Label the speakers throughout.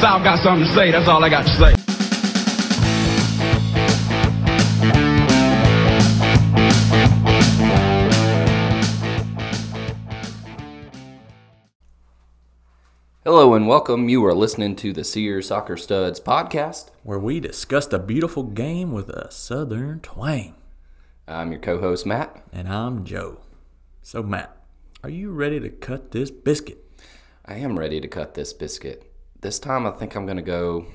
Speaker 1: South got something to say, that's all I got to say.
Speaker 2: Hello and welcome. You are listening to the Sears Soccer Studs podcast.
Speaker 3: where we discussed a beautiful game with a southern twang.
Speaker 2: I'm your co host, Matt.
Speaker 3: And I'm Joe. So, Matt, are you ready to cut this biscuit?
Speaker 2: I am ready to cut this biscuit. This time I think I'm going to go.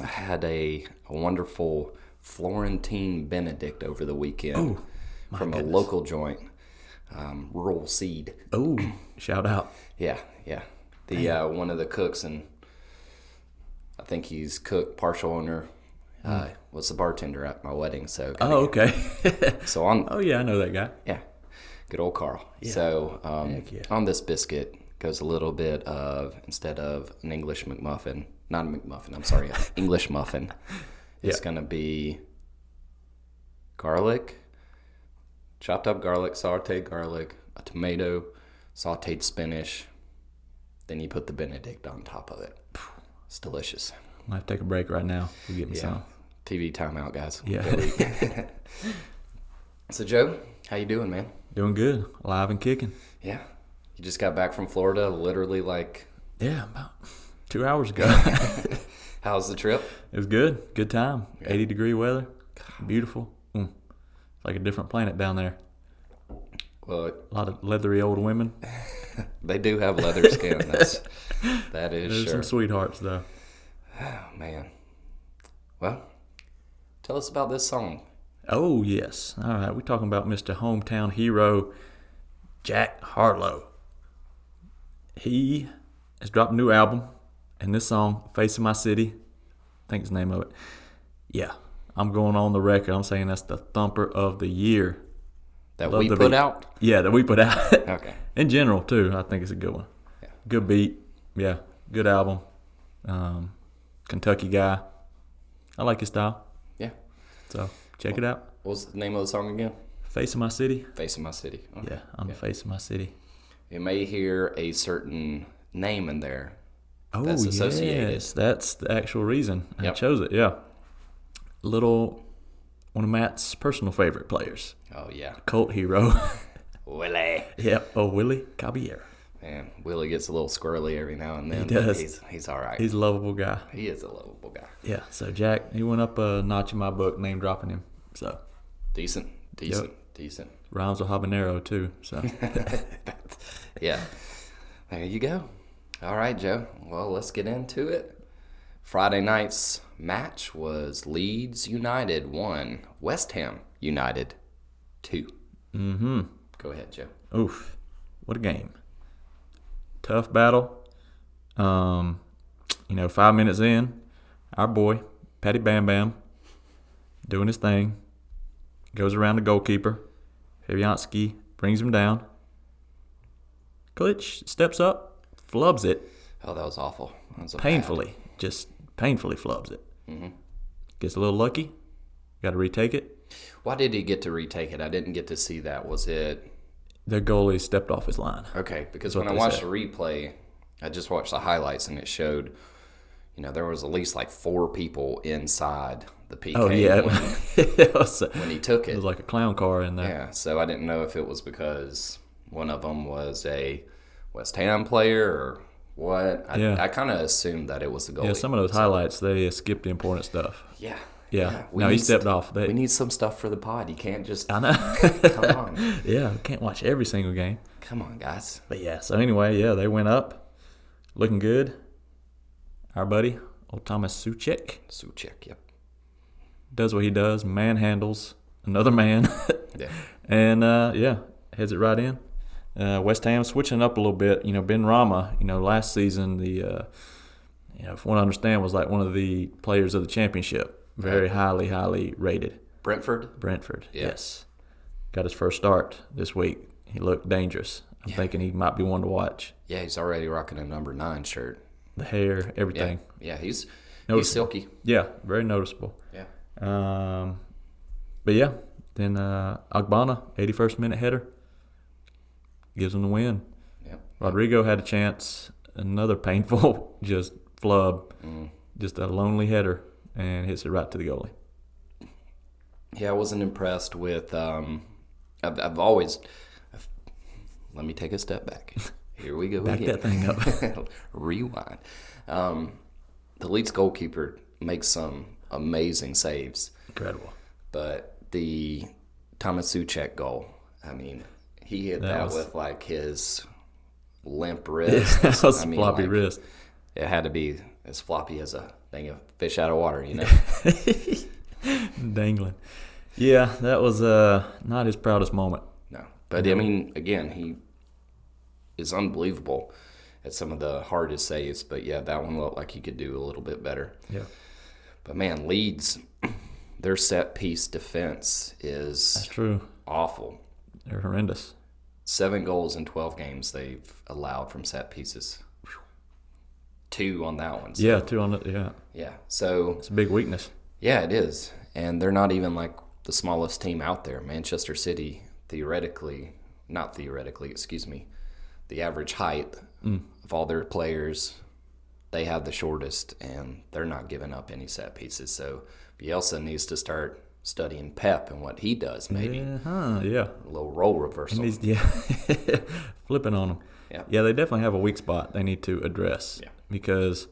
Speaker 2: I had a, a wonderful Florentine Benedict over the weekend from a
Speaker 3: Oh, goodness.
Speaker 2: local joint, um, Rural Seed.
Speaker 3: Oh, shout out.
Speaker 2: Yeah, yeah. The uh, one of the cooks, and I think he's cook, partial owner, uh, was the bartender at my wedding. So,
Speaker 3: Mm. Oh, okay.
Speaker 2: so on,
Speaker 3: oh, yeah, I know that guy.
Speaker 2: Yeah. Good old Carl. So um,
Speaker 3: yeah.
Speaker 2: on this biscuit goes a little bit of, instead of an English McMuffin, not a McMuffin, I'm sorry, an English muffin, it's
Speaker 3: Yeah.
Speaker 2: going to be garlic, chopped up garlic, sauteed garlic, a tomato, sauteed spinach. Then you put the Benedict on top of it. It's delicious.
Speaker 3: I'm going to have to take a break right now. We'll get me some.
Speaker 2: TV timeout, guys.
Speaker 3: Yeah.
Speaker 2: So, Joe, how you doing, man?
Speaker 3: Doing good. Alive and kicking.
Speaker 2: Yeah. You just got back from Florida, literally like
Speaker 3: Yeah, about two hours ago.
Speaker 2: How's the trip?
Speaker 3: it was good. Good time. 80 degree weather. Beautiful. Mm. It's like a different planet down there.
Speaker 2: Well,
Speaker 3: A lot of leathery old women.
Speaker 2: they do have leather skin. That's that is
Speaker 3: There's
Speaker 2: sure,
Speaker 3: some sweethearts, though.
Speaker 2: Oh, man. Well, tell us about this song.
Speaker 3: Oh yes. All right, we're talking about Mr. Hometown Hero Jack Harlow. He has dropped a new album and this song, Face of My City, I think it's the name of it. Yeah. I'm going on the record. I'm saying that's the thumper of the year.
Speaker 2: that
Speaker 3: Love
Speaker 2: we
Speaker 3: the
Speaker 2: put
Speaker 3: beat.
Speaker 2: out.
Speaker 3: Yeah, that we put out.
Speaker 2: Okay.
Speaker 3: In general too, I think it's a good one.
Speaker 2: Yeah.
Speaker 3: Good beat. Yeah. Good album. Um, Kentucky guy. I like his style.
Speaker 2: Yeah.
Speaker 3: So check it out.
Speaker 2: What was the name of the song again?
Speaker 3: Face of My City.
Speaker 2: Face of My City. Okay.
Speaker 3: Yeah, I'm the face of my city.
Speaker 2: You may hear a certain name in there.
Speaker 3: Oh,
Speaker 2: That's associated.
Speaker 3: yes, that's the actual reason I
Speaker 2: Yep.
Speaker 3: chose it. Yeah, little one of Matt's personal favorite players,
Speaker 2: Oh, yeah.
Speaker 3: cult hero.
Speaker 2: Willie.
Speaker 3: yep, oh Willie Caballero.
Speaker 2: Man, Willie gets a little squirrely every now and then.
Speaker 3: He
Speaker 2: but
Speaker 3: does.
Speaker 2: He's, he's all right.
Speaker 3: He's a lovable guy.
Speaker 2: he is a lovable guy.
Speaker 3: Yeah, so Jack he went up a notch in my book, name dropping him. So
Speaker 2: Decent. Decent. Decent.
Speaker 3: rhymes with habanero too. So
Speaker 2: yeah. There you go. All right, Joe. Well, let's get into it. Friday night's match was Leeds United 1, West Ham United 2. Mm-hmm. Go ahead, Joe.
Speaker 3: Oof. What a game. Tough battle. Um, you know, five minutes in, our boy, Patty Bam Bam, doing his thing, goes around the goalkeeper. Fabianski brings him down. Klitsch steps up, flubs it
Speaker 2: Oh, that was awful. That was a bad-
Speaker 3: painfully, just painfully flubs it.
Speaker 2: Mm-hmm.
Speaker 3: Gets a little lucky, got to retake it.
Speaker 2: Why did he get to retake it? I didn't get to see that. Was it
Speaker 3: Their goalie stepped off his line.
Speaker 2: Okay, because
Speaker 3: what
Speaker 2: when I
Speaker 3: they
Speaker 2: watched
Speaker 3: said.
Speaker 2: the replay, I just watched the highlights and it showed, you know, there was at least like four people inside the PK
Speaker 3: Oh, yeah.
Speaker 2: when,
Speaker 3: it, was, it
Speaker 2: when he took it.
Speaker 3: was like a clown car in there.
Speaker 2: Yeah, so I didn't know if it was because one of them was a West Ham player or what. I,
Speaker 3: Yeah.
Speaker 2: I kind of assumed that it was the goalie.
Speaker 3: Yeah, some of those highlights they uh, skip the important stuff.
Speaker 2: yeah,
Speaker 3: Yeah,
Speaker 2: we
Speaker 3: no, he
Speaker 2: need
Speaker 3: stepped
Speaker 2: st-
Speaker 3: off. They,
Speaker 2: We need some stuff for the pod. You can't just
Speaker 3: I
Speaker 2: come
Speaker 3: know.
Speaker 2: on,
Speaker 3: yeah, we can't watch every single game.
Speaker 2: come on, guys.
Speaker 3: But yeah, so anyway, yeah, they went up, looking good. Our buddy, old Thomas Suchek,
Speaker 2: Suchek, yep,
Speaker 3: does what he does, manhandles another man,
Speaker 2: yeah,
Speaker 3: and uh, yeah, heads it right in. Uh, West Ham switching up a little bit. You know, Ben Rama. You know, last season the, uh, you know, from what I understand, was like one of the players of the championship, very highly, highly rated.
Speaker 2: Brentford.
Speaker 3: Brentford.
Speaker 2: Yeah.
Speaker 3: Yes. Got his first start this week. He looked dangerous. I'm thinking he might be one to watch.
Speaker 2: Yeah, he's already rocking a number nine shirt.
Speaker 3: The hair,
Speaker 2: Yeah,
Speaker 3: everything.
Speaker 2: yeah, he's he's
Speaker 3: Noticeable.
Speaker 2: silky.
Speaker 3: Yeah, very noticeable.
Speaker 2: Yeah,
Speaker 3: Um, but yeah, Then uh, Agbana, 81st minute header, gives them the win.
Speaker 2: Yep.
Speaker 3: Rodrigo had a chance, another painful just flub,
Speaker 2: Mm.
Speaker 3: just a lonely header, and hits it right to the goalie.
Speaker 2: Yeah, I wasn't impressed with. Um, I've, I've always. I've, let me take a step back. Here we go
Speaker 3: Back
Speaker 2: again.
Speaker 3: that thing up.
Speaker 2: Rewind. Um, the Leeds goalkeeper makes some amazing saves,
Speaker 3: Incredible.
Speaker 2: but the Thomas Suchek goal. I mean, he hit that,
Speaker 3: was-
Speaker 2: with like his limp wrist.
Speaker 3: that was
Speaker 2: I
Speaker 3: a
Speaker 2: mean,
Speaker 3: floppy
Speaker 2: like,
Speaker 3: wrist.
Speaker 2: It had to be as floppy as a thing of fish out of water, you know.
Speaker 3: Dangling. Yeah, that was uh, not his proudest moment.
Speaker 2: No, but I mean, again, he is unbelievable at some of the hardest saves. But yeah, that one looked like he could do a little bit better.
Speaker 3: Yeah.
Speaker 2: But man, Leeds, their set piece defense
Speaker 3: That's
Speaker 2: is
Speaker 3: true.
Speaker 2: awful.
Speaker 3: They're horrendous.
Speaker 2: Seven goals in twelve games they've allowed from set pieces. Two on that one. so-
Speaker 3: Yeah, two on it. Yeah.
Speaker 2: yeah. So
Speaker 3: It's a big weakness.
Speaker 2: Yeah, it is. And they're not even like the smallest team out there. Manchester City, theoretically, not theoretically, excuse me, the average height of all their players, they have the shortest and they're not giving up any set pieces. So Bielsa needs to start studying Pep and what he does, maybe.
Speaker 3: Uh-huh, yeah.
Speaker 2: A little role reversal.
Speaker 3: These- yeah. Flipping on them.
Speaker 2: Yeah.
Speaker 3: Yeah, they definitely have a weak spot they need to address.
Speaker 2: Yeah.
Speaker 3: Because,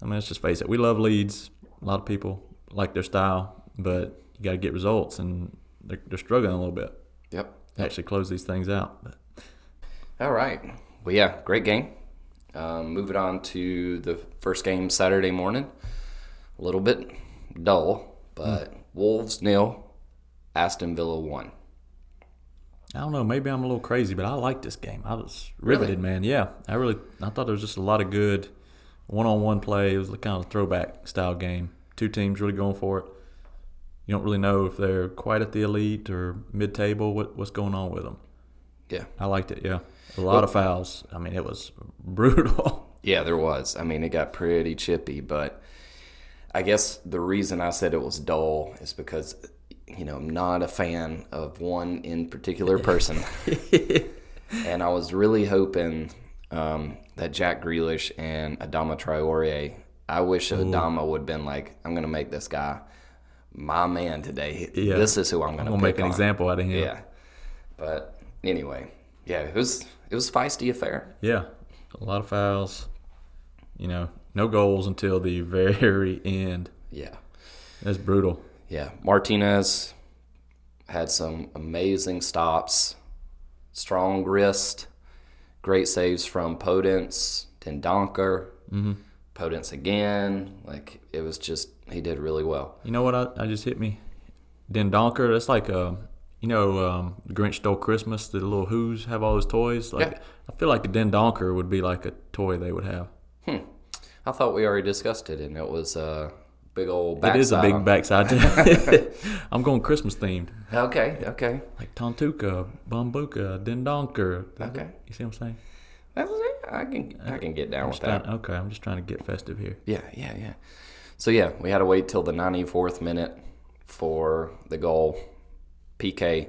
Speaker 3: I mean, let's just face it. We love leads. A lot of people like their style, but you got to get results, and they're, they're struggling a little bit
Speaker 2: Yep.
Speaker 3: to actually close these things out. But
Speaker 2: All right. Well, yeah, great game. Um, moving on to the first game Saturday morning. A little bit dull, but Wolves nil, Aston Villa one.
Speaker 3: I don't know. Maybe I'm a little crazy, but I like this game. I was riveted, man. Yeah, I really. I thought there was just a lot of good one-on-one play. It was the kind of throwback style game. Two teams really going for it. You don't really know if they're quite at the elite or mid-table. What, what's going on with them?
Speaker 2: Yeah.
Speaker 3: I liked it. Yeah, a lot of fouls. I mean, it was brutal.
Speaker 2: Yeah, there was. I mean, it got pretty chippy, but I guess the reason I said it was dull is because, you know, I'm not a fan of one in particular person. and I was really hoping um, that Jack Grealish and Adama Traore, I wish
Speaker 3: Mm.
Speaker 2: Adama would have been like, I'm going to make this guy my man today.
Speaker 3: Yeah.
Speaker 2: This is who I'm
Speaker 3: I'm
Speaker 2: going to
Speaker 3: gonna make an
Speaker 2: on.
Speaker 3: example out of him.
Speaker 2: Yeah. But anyway, yeah, it was it was a feisty affair.
Speaker 3: Yeah, a lot of fouls. You know, no goals until the very end.
Speaker 2: Yeah.
Speaker 3: That's brutal.
Speaker 2: Yeah, Martinez had some amazing stops, strong wrist, great saves from Podence, Tendonker, mm-hmm. Podence again. Like it was just he did really well.
Speaker 3: You know what? I, I just hit me. Dendonker. That's like um, you know, um, Grinch stole Christmas. The little Who's have all those toys. Like
Speaker 2: Yeah.
Speaker 3: I feel like a Dendonker would be like a toy they would have.
Speaker 2: I thought we already discussed it, and it was a big old. Backside
Speaker 3: It is a big
Speaker 2: on-
Speaker 3: backside. I'm going Christmas themed,
Speaker 2: Okay, okay,
Speaker 3: like Tontuka, Bambuka, Dendonker.
Speaker 2: Okay.
Speaker 3: You see what I'm saying?
Speaker 2: That was it. I can I can get down with that.
Speaker 3: Trying- okay, I'm just trying to get festive here.
Speaker 2: Yeah, yeah, yeah. So yeah, we had to wait till the 94th minute for the goal. PK.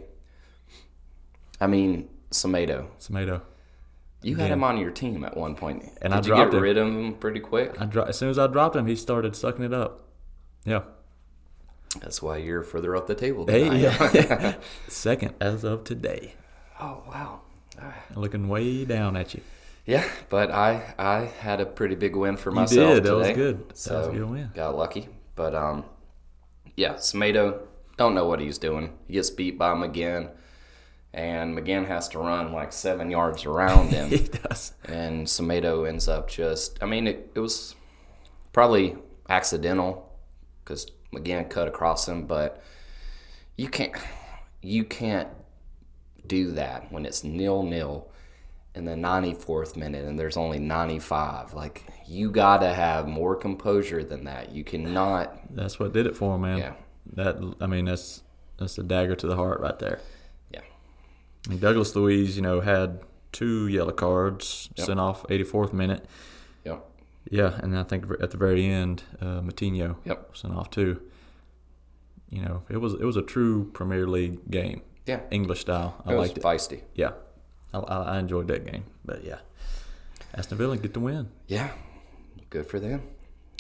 Speaker 2: I mean, Semedo.
Speaker 3: Tomato.
Speaker 2: You had him on your team at one point. Did
Speaker 3: And I
Speaker 2: you
Speaker 3: dropped
Speaker 2: get
Speaker 3: him.
Speaker 2: rid of him pretty quick?
Speaker 3: I dro- as soon as I dropped him, he started sucking it up. Yeah.
Speaker 2: That's why you're further up the table than I
Speaker 3: Hey.
Speaker 2: am.
Speaker 3: yeah. Second as of today.
Speaker 2: Oh wow.
Speaker 3: Looking way down at you.
Speaker 2: Yeah, but I I had a pretty big win for myself.
Speaker 3: did. That was
Speaker 2: today.
Speaker 3: good. That
Speaker 2: So
Speaker 3: was a good win.
Speaker 2: Got lucky, but um, yeah, Smedo don't know what he's doing. He gets beat by McGinn, and McGinn has to run like seven yards around him,
Speaker 3: He does.
Speaker 2: and Smedo ends up just. I mean, it, it was probably accidental because McGinn cut across him, but you can't you can't do that when it's nil nil in the 94th minute and there's only 95 like you gotta have more composure than that you cannot
Speaker 3: That's what did it for him, man.
Speaker 2: Yeah.
Speaker 3: That I mean, that's that's a dagger to the heart right there.
Speaker 2: yeah
Speaker 3: I mean, Douglas Louise, you know, had two yellow cards sent off 84th minute.
Speaker 2: yep
Speaker 3: Yeah, and I think at the very end, uh, Matinho
Speaker 2: Yep.
Speaker 3: sent off two. you know, it was it was a true Premier League game.
Speaker 2: Yeah.
Speaker 3: English style. I
Speaker 2: It was
Speaker 3: liked it.
Speaker 2: feisty.
Speaker 3: Yeah, I, I I enjoyed that game. But yeah, Aston Villa get the win.
Speaker 2: Yeah, good for them.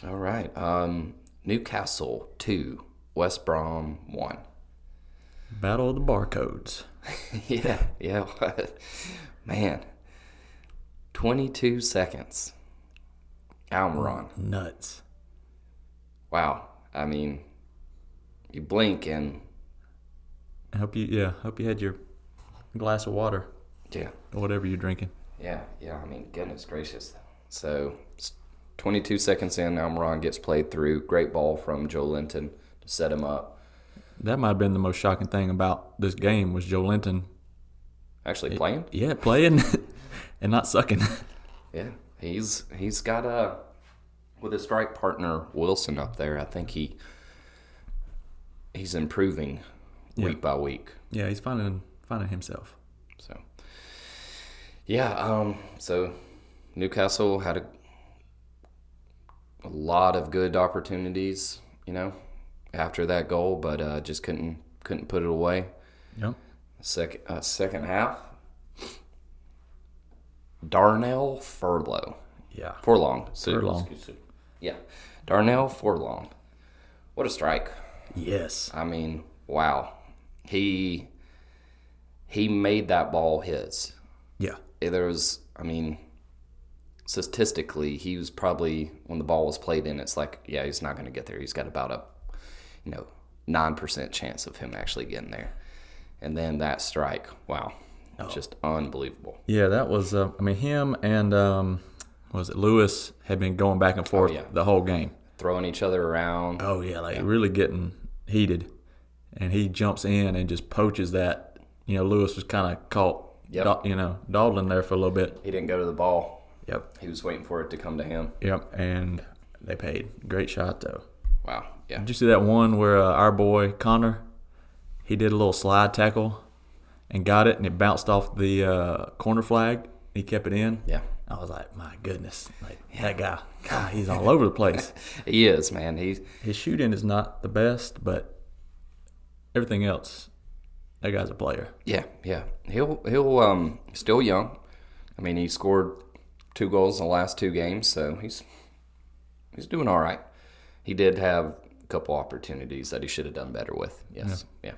Speaker 2: All right. Um, Newcastle 2, West Brom 1.
Speaker 3: Battle of the barcodes.
Speaker 2: yeah, yeah. What? Man, 22 seconds. Almiron.
Speaker 3: Nuts.
Speaker 2: Wow. I mean, you blink and,
Speaker 3: I hope you yeah. Hope you had your glass of water
Speaker 2: yeah,
Speaker 3: or whatever you're drinking.
Speaker 2: yeah, yeah. I mean, goodness gracious. So, s- 22 seconds in, Almiron gets played through. Great ball from Joe Linton to set him up.
Speaker 3: That might have been the most shocking thing about this game was Joe Linton.
Speaker 2: Actually, playing?
Speaker 3: Yeah, playing and not sucking.
Speaker 2: Yeah, he's he's got a with his strike partner Wilson up there. I think he he's improving week by week.
Speaker 3: yeah, he's finding finding himself.
Speaker 2: So yeah, um, so Newcastle had a, a lot of good opportunities, you know, after that goal, but uh, just couldn't couldn't put it away.
Speaker 3: Yep.
Speaker 2: Second uh, second half, Darnell Furlow.
Speaker 3: Yeah.
Speaker 2: Forlong. So,
Speaker 3: Furlong.
Speaker 2: excuse me. Yeah. Darnell Forlong. What a strike.
Speaker 3: Yes.
Speaker 2: I mean, wow. He he made that ball his.
Speaker 3: Yeah.
Speaker 2: There was I mean statistically he was probably when the ball was played in it's like, yeah, he's not gonna get there. He's got about a you know, nine percent chance of him actually getting there. And then that strike, wow. Just unbelievable.
Speaker 3: Yeah, that was. Uh, I mean, him and um, what was it Lewis had been going back and forth
Speaker 2: yeah.
Speaker 3: the whole game.
Speaker 2: Throwing each other around.
Speaker 3: Oh yeah, like really getting heated, and he jumps in and just poaches that. You know, Lewis was kind of caught.
Speaker 2: Yep.
Speaker 3: do- you know, dawdling there for a little bit.
Speaker 2: He didn't go to the ball.
Speaker 3: Yep.
Speaker 2: He was waiting for it to come to him.
Speaker 3: Yep. And they paid. Great shot though.
Speaker 2: Wow. Yeah.
Speaker 3: Did you see that one where uh, our boy Connor, he did a little slide tackle, and got it, and it bounced off the uh, corner flag. He kept it in.
Speaker 2: Yeah.
Speaker 3: I was like, my goodness, like that guy, God, he's all over the place.
Speaker 2: He is, man. He's
Speaker 3: His shooting is not the best, but everything else, that guy's a player.
Speaker 2: yeah, yeah. He'll he'll um still young. I mean, he scored two goals in the last two games, so he's he's doing all right. He did have a couple opportunities that he should have done better with. Yes. Yeah.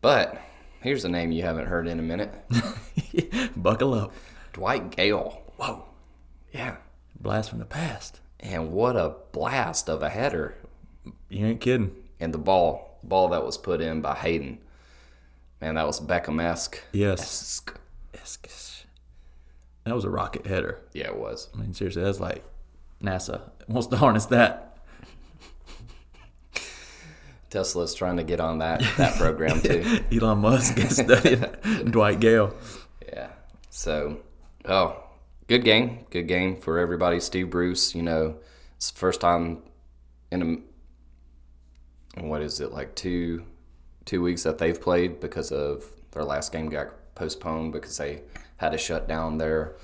Speaker 2: But here's a name you haven't heard in a minute.
Speaker 3: Buckle up,
Speaker 2: Dwight Gale. Whoa. Yeah.
Speaker 3: blast from the past.
Speaker 2: And what a blast of a header.
Speaker 3: You ain't kidding.
Speaker 2: And the ball ball that was put in by Hayden. Man, that was Beckham esque.
Speaker 3: Yes, that was a rocket header.
Speaker 2: Yeah, it was.
Speaker 3: I mean, seriously, that's like NASA wants to harness that.
Speaker 2: Tesla's trying to get on that that program too.
Speaker 3: Elon Musk has studied Dwight Gale.
Speaker 2: Yeah. So, oh, good game, good game for everybody. Steve Bruce, you know, it's the first time in a what is it like two two weeks that they've played because of their last game got postponed because they had to shut down their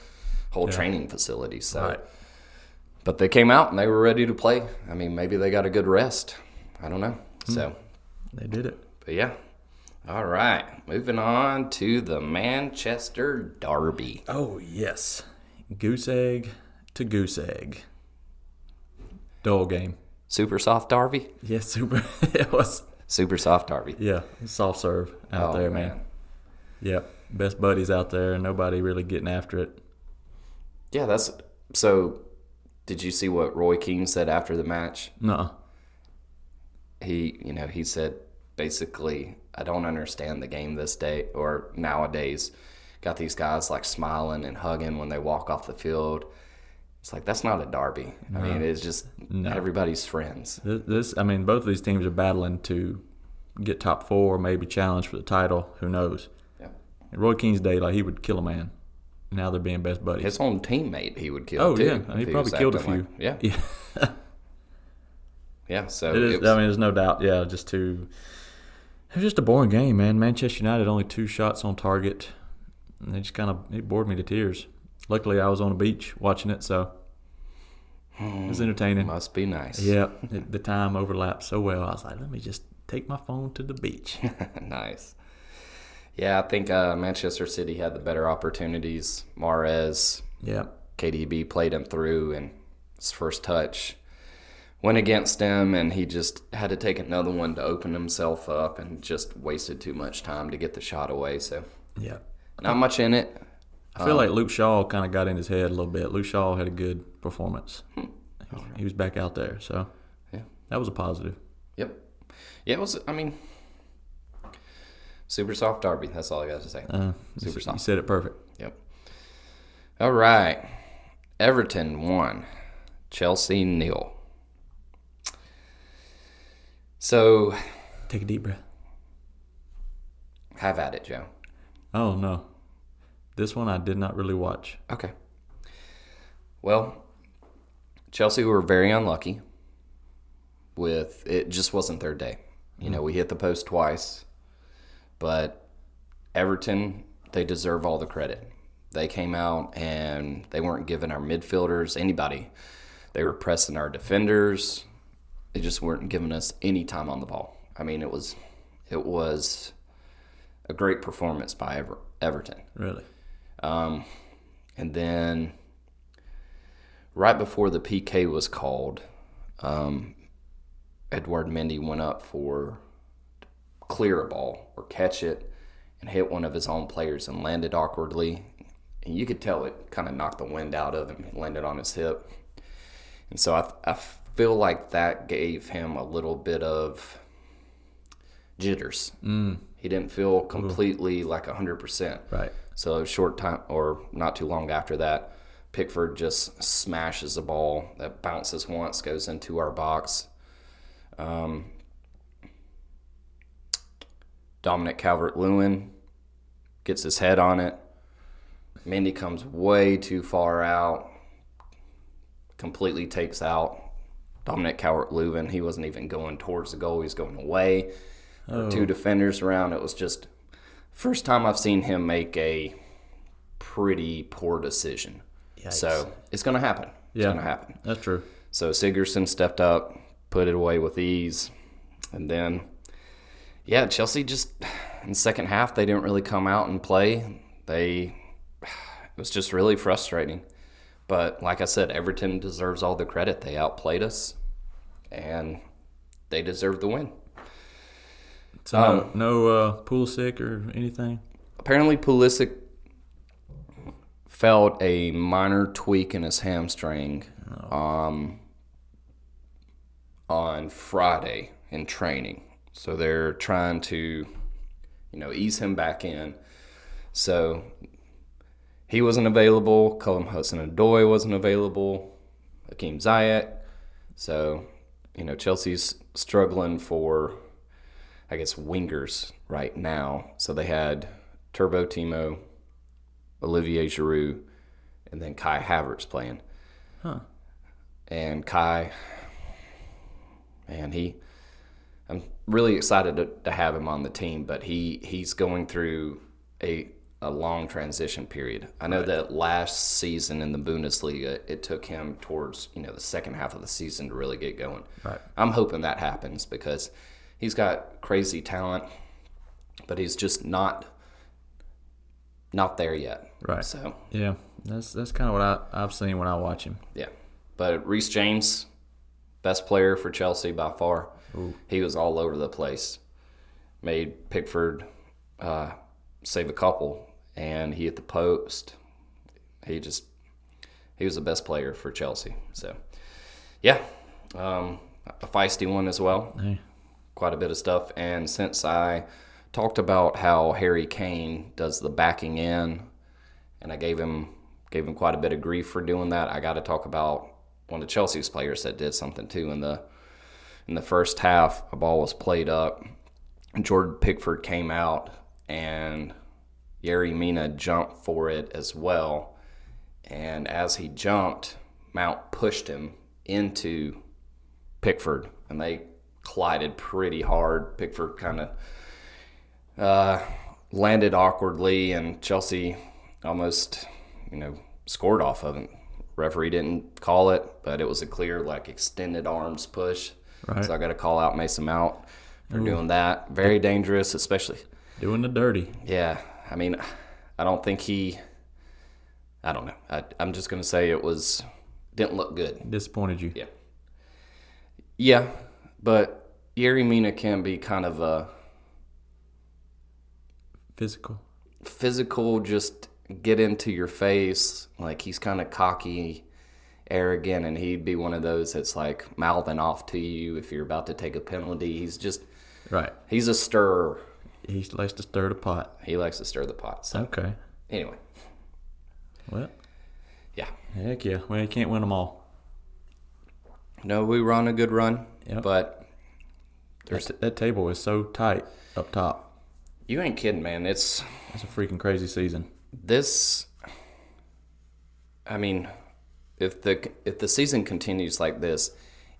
Speaker 2: whole training facility. So,
Speaker 3: Right.
Speaker 2: but they came out and they were ready to play. I mean, maybe they got a good rest. I don't know. So.
Speaker 3: They did it.
Speaker 2: But yeah. All right. Moving on to the Manchester Derby.
Speaker 3: Oh yes, goose egg to goose egg. Dull game.
Speaker 2: Super soft Derby?
Speaker 3: Yes, super. it was.
Speaker 2: Super soft Derby. Oh,
Speaker 3: Yeah, soft serve out there, Oh, man. Yep, best buddies out there, and nobody really getting after it.
Speaker 2: Yeah, that's so did you see what Roy Keane said after the match?
Speaker 3: Nuh-uh.
Speaker 2: He you know, he said basically, I don't understand the game this day or nowadays. Got these guys like smiling and hugging when they walk off the field. It's like that's not a derby. I mean, it's just everybody's friends.
Speaker 3: This, this, I mean, both of these teams are battling to get top four, maybe challenge for the title. Who knows?
Speaker 2: Yeah.
Speaker 3: And Roy King's day, like he would kill a man. Now they're being best buddies.
Speaker 2: His own teammate, he would kill.
Speaker 3: oh
Speaker 2: too,
Speaker 3: yeah,
Speaker 2: if
Speaker 3: and he
Speaker 2: was
Speaker 3: probably killed a
Speaker 2: acting
Speaker 3: few.
Speaker 2: like- yeah,
Speaker 3: yeah.
Speaker 2: yeah. So
Speaker 3: It is,
Speaker 2: it was-
Speaker 3: I mean, there's no doubt. Yeah, just too. It was just a boring game, man. Manchester United only two shots on target, and they just kind of it bored me to tears. Luckily, I was on a beach watching it, so it was entertaining.
Speaker 2: Hmm. must be nice.
Speaker 3: Yeah, it- the time overlapped so well. I was like, let me just take my phone to the beach.
Speaker 2: nice. Yeah, I think uh, Manchester City had the better opportunities. Mares,
Speaker 3: yep.
Speaker 2: KDB played him through, and his first touch went against him, and he just had to take another one to open himself up, and just wasted too much time to get the shot away. So
Speaker 3: Yep.
Speaker 2: not much in it.
Speaker 3: I
Speaker 2: Uh,
Speaker 3: feel like Luke Shaw kind of got in his head a little bit. Luke Shaw had a good performance. He was, he was back out there, so
Speaker 2: Hmm. Oh, Yeah.
Speaker 3: that was a positive.
Speaker 2: Yep. Yeah, it was. I mean, super soft derby. That's all I got to say.
Speaker 3: Uh,
Speaker 2: Super
Speaker 3: you, s- you
Speaker 2: solid.
Speaker 3: said it perfect.
Speaker 2: Yep. All right. Everton won. Chelsea nil. So
Speaker 3: Take a deep breath.
Speaker 2: have at it, Joe.
Speaker 3: Oh no, this one I did not really watch.
Speaker 2: Okay. Well, Chelsea were very unlucky with it just wasn't their day. You know, we hit the post twice, but Everton, they deserve all the credit. They came out and they weren't giving our midfielders anybody. They were pressing our defenders. They just weren't giving us any time on the ball. I mean, it was it was a great performance by Ever- Everton.
Speaker 3: Really?
Speaker 2: And then right before the PK was called, um, Edward Mendy went up for clear a ball or catch it and hit one of his own players and landed awkwardly. And you could tell it kind of knocked the wind out of him. He landed on his hip. And so I, I feel like that gave him a little bit of jitters. Mm. He didn't feel completely like like 100%.
Speaker 3: Right.
Speaker 2: So short time or not too long after that, Pickford just smashes the ball that bounces once, goes into our box. Dominic Calvert Lewin gets his head on it. Mendy comes way too far out, completely takes out Dominic Calvert Lewin. He wasn't even going towards the goal, he was going away. There were Two defenders around. It was just first time I've seen him make a pretty poor decision. So it's going to happen. It's
Speaker 3: Yeah.
Speaker 2: going to happen.
Speaker 3: That's true.
Speaker 2: So Sigerson stepped up, put it away with ease, and then yeah, Chelsea just in the second half they didn't really come out and play. They it was just really frustrating. But like I said, Everton deserves all the credit. They outplayed us and they deserve the win.
Speaker 3: So no, no uh, pool sick or anything.
Speaker 2: Apparently Pulisic felt a minor tweak in his hamstring um, on Friday in training. So they're trying to, you know, ease him back in. So he wasn't available. Cullum Hudson and Doy wasn't available. Hakeem Ziyech. So, you know, Chelsea's struggling for, I guess, wingers right now. So they had Turbo Timo, Olivier Giroud, and then Kai Havertz playing. Huh. And Kai, man, he, I'm really excited to, to have him on the team, but he he's going through a a long transition period. I know that last season in the Bundesliga, it took him towards you know the second half of the season to really get going.
Speaker 3: Right.
Speaker 2: I'm hoping that happens because he's got crazy talent, but he's just not not there yet.
Speaker 3: Right.
Speaker 2: So
Speaker 3: Yeah, that's that's kind of what I, I've seen when I watch him.
Speaker 2: yeah, but Reese James, best player for Chelsea by far. He was all over the place. Made Pickford uh, save a couple, and he hit the post. He just he was the best player for Chelsea. So yeah, um, a feisty one as well.
Speaker 3: Hey,
Speaker 2: Quite a bit of stuff. And since I talked about how Harry Kane does the backing in, and I gave him gave him quite a bit of grief for doing that. I got to talk about one of Chelsea's players that did something too in the in the first half. A ball was played up. Jordan Pickford came out and Yeri Mina jumped for it as well. And as he jumped, Mount pushed him into Pickford and they collided pretty hard. Pickford kind of uh, landed awkwardly, and Chelsea almost, you know, scored off of it. Referee didn't call it, but it was a clear, like, extended arms push.
Speaker 3: Right.
Speaker 2: So I got to call out Mason Mount They're doing that. Very dangerous, especially.
Speaker 3: Doing the dirty.
Speaker 2: Yeah, I mean, I don't think he. I don't know. I, I'm just gonna say it was didn't look good.
Speaker 3: Disappointed you.
Speaker 2: Yeah. Yeah, but Yeri Mina can be kind of a
Speaker 3: Physical.
Speaker 2: physical, just get into your face. Like he's kind of cocky, arrogant, and he'd be one of those that's like mouthing off to you if you're about to take a penalty. He's just
Speaker 3: Right.
Speaker 2: he's a stirrer.
Speaker 3: He likes to stir the pot.
Speaker 2: He likes to stir the pot. So
Speaker 3: Okay.
Speaker 2: anyway,
Speaker 3: Well,
Speaker 2: yeah.
Speaker 3: heck yeah. Well, you can't win them all.
Speaker 2: No, we were on a good run,
Speaker 3: Yep.
Speaker 2: but
Speaker 3: There's, that table is so tight up top.
Speaker 2: you ain't kidding, man. It's
Speaker 3: It's a freaking crazy season.
Speaker 2: this i mean if the if the season continues like this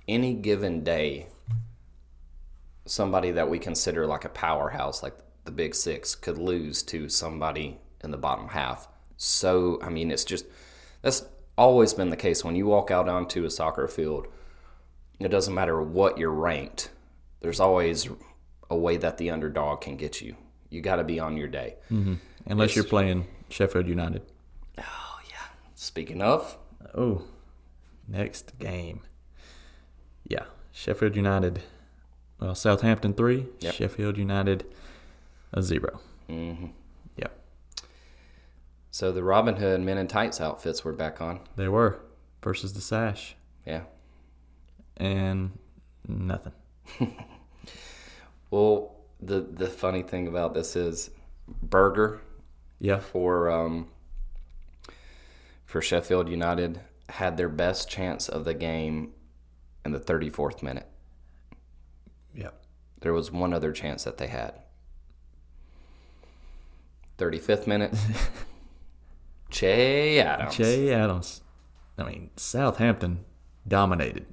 Speaker 2: any given day somebody that we consider like a powerhouse like the big 6 could lose to somebody in the bottom half so i mean it's just that's always been the case when you walk out onto a soccer field it doesn't matter what you're ranked there's always a way that the underdog can get you you got to be on your day
Speaker 3: Unless you're playing Sheffield United.
Speaker 2: speaking of
Speaker 3: Oh, next game. Yeah, Sheffield United. Well, Southampton three, Sheffield United a 0 Mm-hmm. Yeah,
Speaker 2: So the Robin Hood men in tights outfits were back on.
Speaker 3: they were versus the Sash
Speaker 2: Yeah.
Speaker 3: and nothing.
Speaker 2: Well, the the funny thing about this is Berger
Speaker 3: Yeah,
Speaker 2: for um for Sheffield United had their best chance of the game in the 34th minute.
Speaker 3: yeah.
Speaker 2: There was one other chance that they had. 35th minute. Che Adams.
Speaker 3: Jay Adams. I mean, Southampton dominated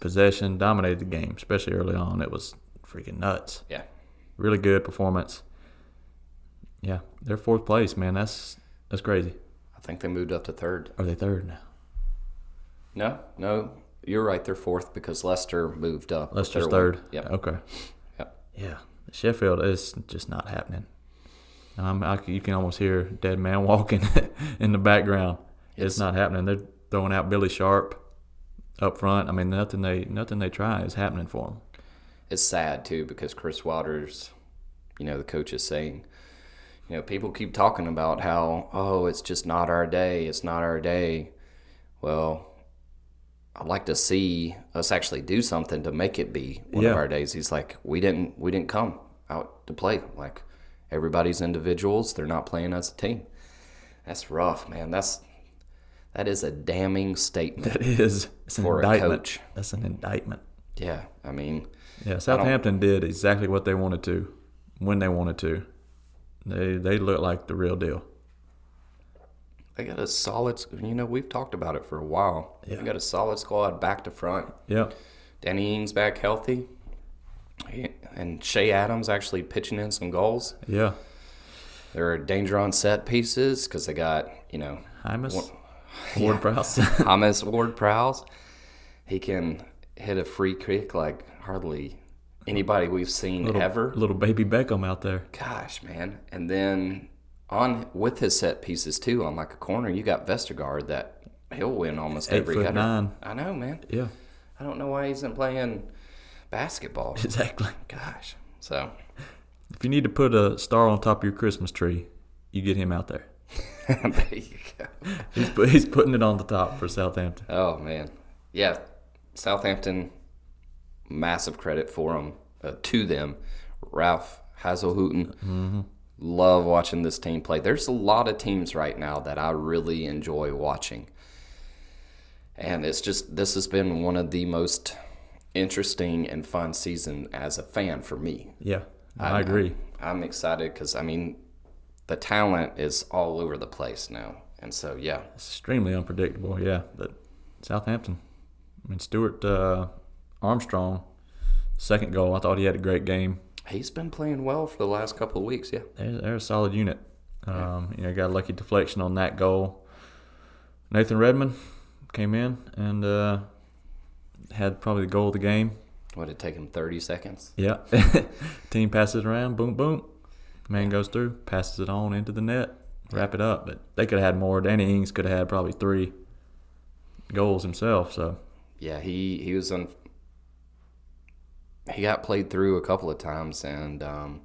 Speaker 3: possession, dominated the game, especially early on. It was freaking nuts.
Speaker 2: Yeah.
Speaker 3: Really good performance. Yeah, they're fourth place, man. That's that's crazy.
Speaker 2: I think they moved up to third.
Speaker 3: Are they third now?
Speaker 2: No, no. You're right. They're fourth because Leicester moved up.
Speaker 3: That's
Speaker 2: They're
Speaker 3: just
Speaker 2: one-
Speaker 3: third.
Speaker 2: Yep.
Speaker 3: Okay.
Speaker 2: Yep.
Speaker 3: Yeah. Sheffield is just not happening. And I'm, I, c- you can almost hear dead man walking in the background. It's not happening. They're throwing out Billy Sharp up front. I mean, nothing they nothing they try is happening for them.
Speaker 2: it's sad too because Chris Waters, you know, the coach is saying, you know, people keep talking about how, oh, it's just not our day, it's not our day. Well, I'd like to see us actually do something to make it be one
Speaker 3: Yeah.
Speaker 2: of our days. He's like, we didn't, we didn't come out to play. Like everybody's individuals; they're not playing as a team. That's rough, man. That's that is a damning statement.
Speaker 3: That is it's an
Speaker 2: For a
Speaker 3: indictment.
Speaker 2: coach.
Speaker 3: That's an indictment.
Speaker 2: yeah, I mean,
Speaker 3: Yeah, Southampton did exactly what they wanted to, when they wanted to. They they look like the real deal.
Speaker 2: They got a solid. You know, we've talked about it for a while. They
Speaker 3: Yeah.
Speaker 2: got a solid squad back to front.
Speaker 3: Yep.
Speaker 2: Danny Ings back healthy, He- and Shea Adams actually pitching in some goals.
Speaker 3: Yeah.
Speaker 2: They're a danger on set pieces because they got you know
Speaker 3: Hymus. Ward Prowse.
Speaker 2: Thomas Ward Prowse. He can hit a free kick like hardly anybody we've seen ever.
Speaker 3: Little baby Beckham out there.
Speaker 2: Gosh, man! And then on with his set pieces too on like a corner, you got Vestergaard that he'll win almost
Speaker 3: Eight
Speaker 2: every
Speaker 3: foot
Speaker 2: header.
Speaker 3: nine.
Speaker 2: I know, man.
Speaker 3: Yeah.
Speaker 2: I don't know why he isn't playing basketball.
Speaker 3: Exactly.
Speaker 2: Gosh. So,
Speaker 3: If you need to put a star on top of your Christmas tree, you get him out there.
Speaker 2: there you go.
Speaker 3: He's, put, he's putting it on the top for Southampton.
Speaker 2: Oh, man. Yeah. Southampton, massive credit for them, uh, to them. Ralph Hazelhooten. Love watching this team play. There's a lot of teams right now that I really enjoy watching. And it's just, this has been one of the most interesting and fun season as a fan for me.
Speaker 3: Yeah, I, agree.
Speaker 2: I'm excited because I mean, the talent is all over the place now, and so yeah,
Speaker 3: It's extremely unpredictable. Yeah, but Southampton. I mean, Stuart uh, Armstrong, second goal. I thought he had a great game.
Speaker 2: he's been playing well for the last couple of weeks. Yeah,
Speaker 3: They're, they're a solid unit. Um, you know, got a lucky deflection on that goal. Nathan Redmond came in and uh, had probably the goal of the game.
Speaker 2: Would it take him 30 seconds?
Speaker 3: Yeah. Team passes around, boom, boom. Man goes through, passes it on into the net, wrap it up. But they could have had more. Danny Ings could have had probably three goals himself. So,
Speaker 2: Yeah, he he was on. He got played through a couple of times, and um,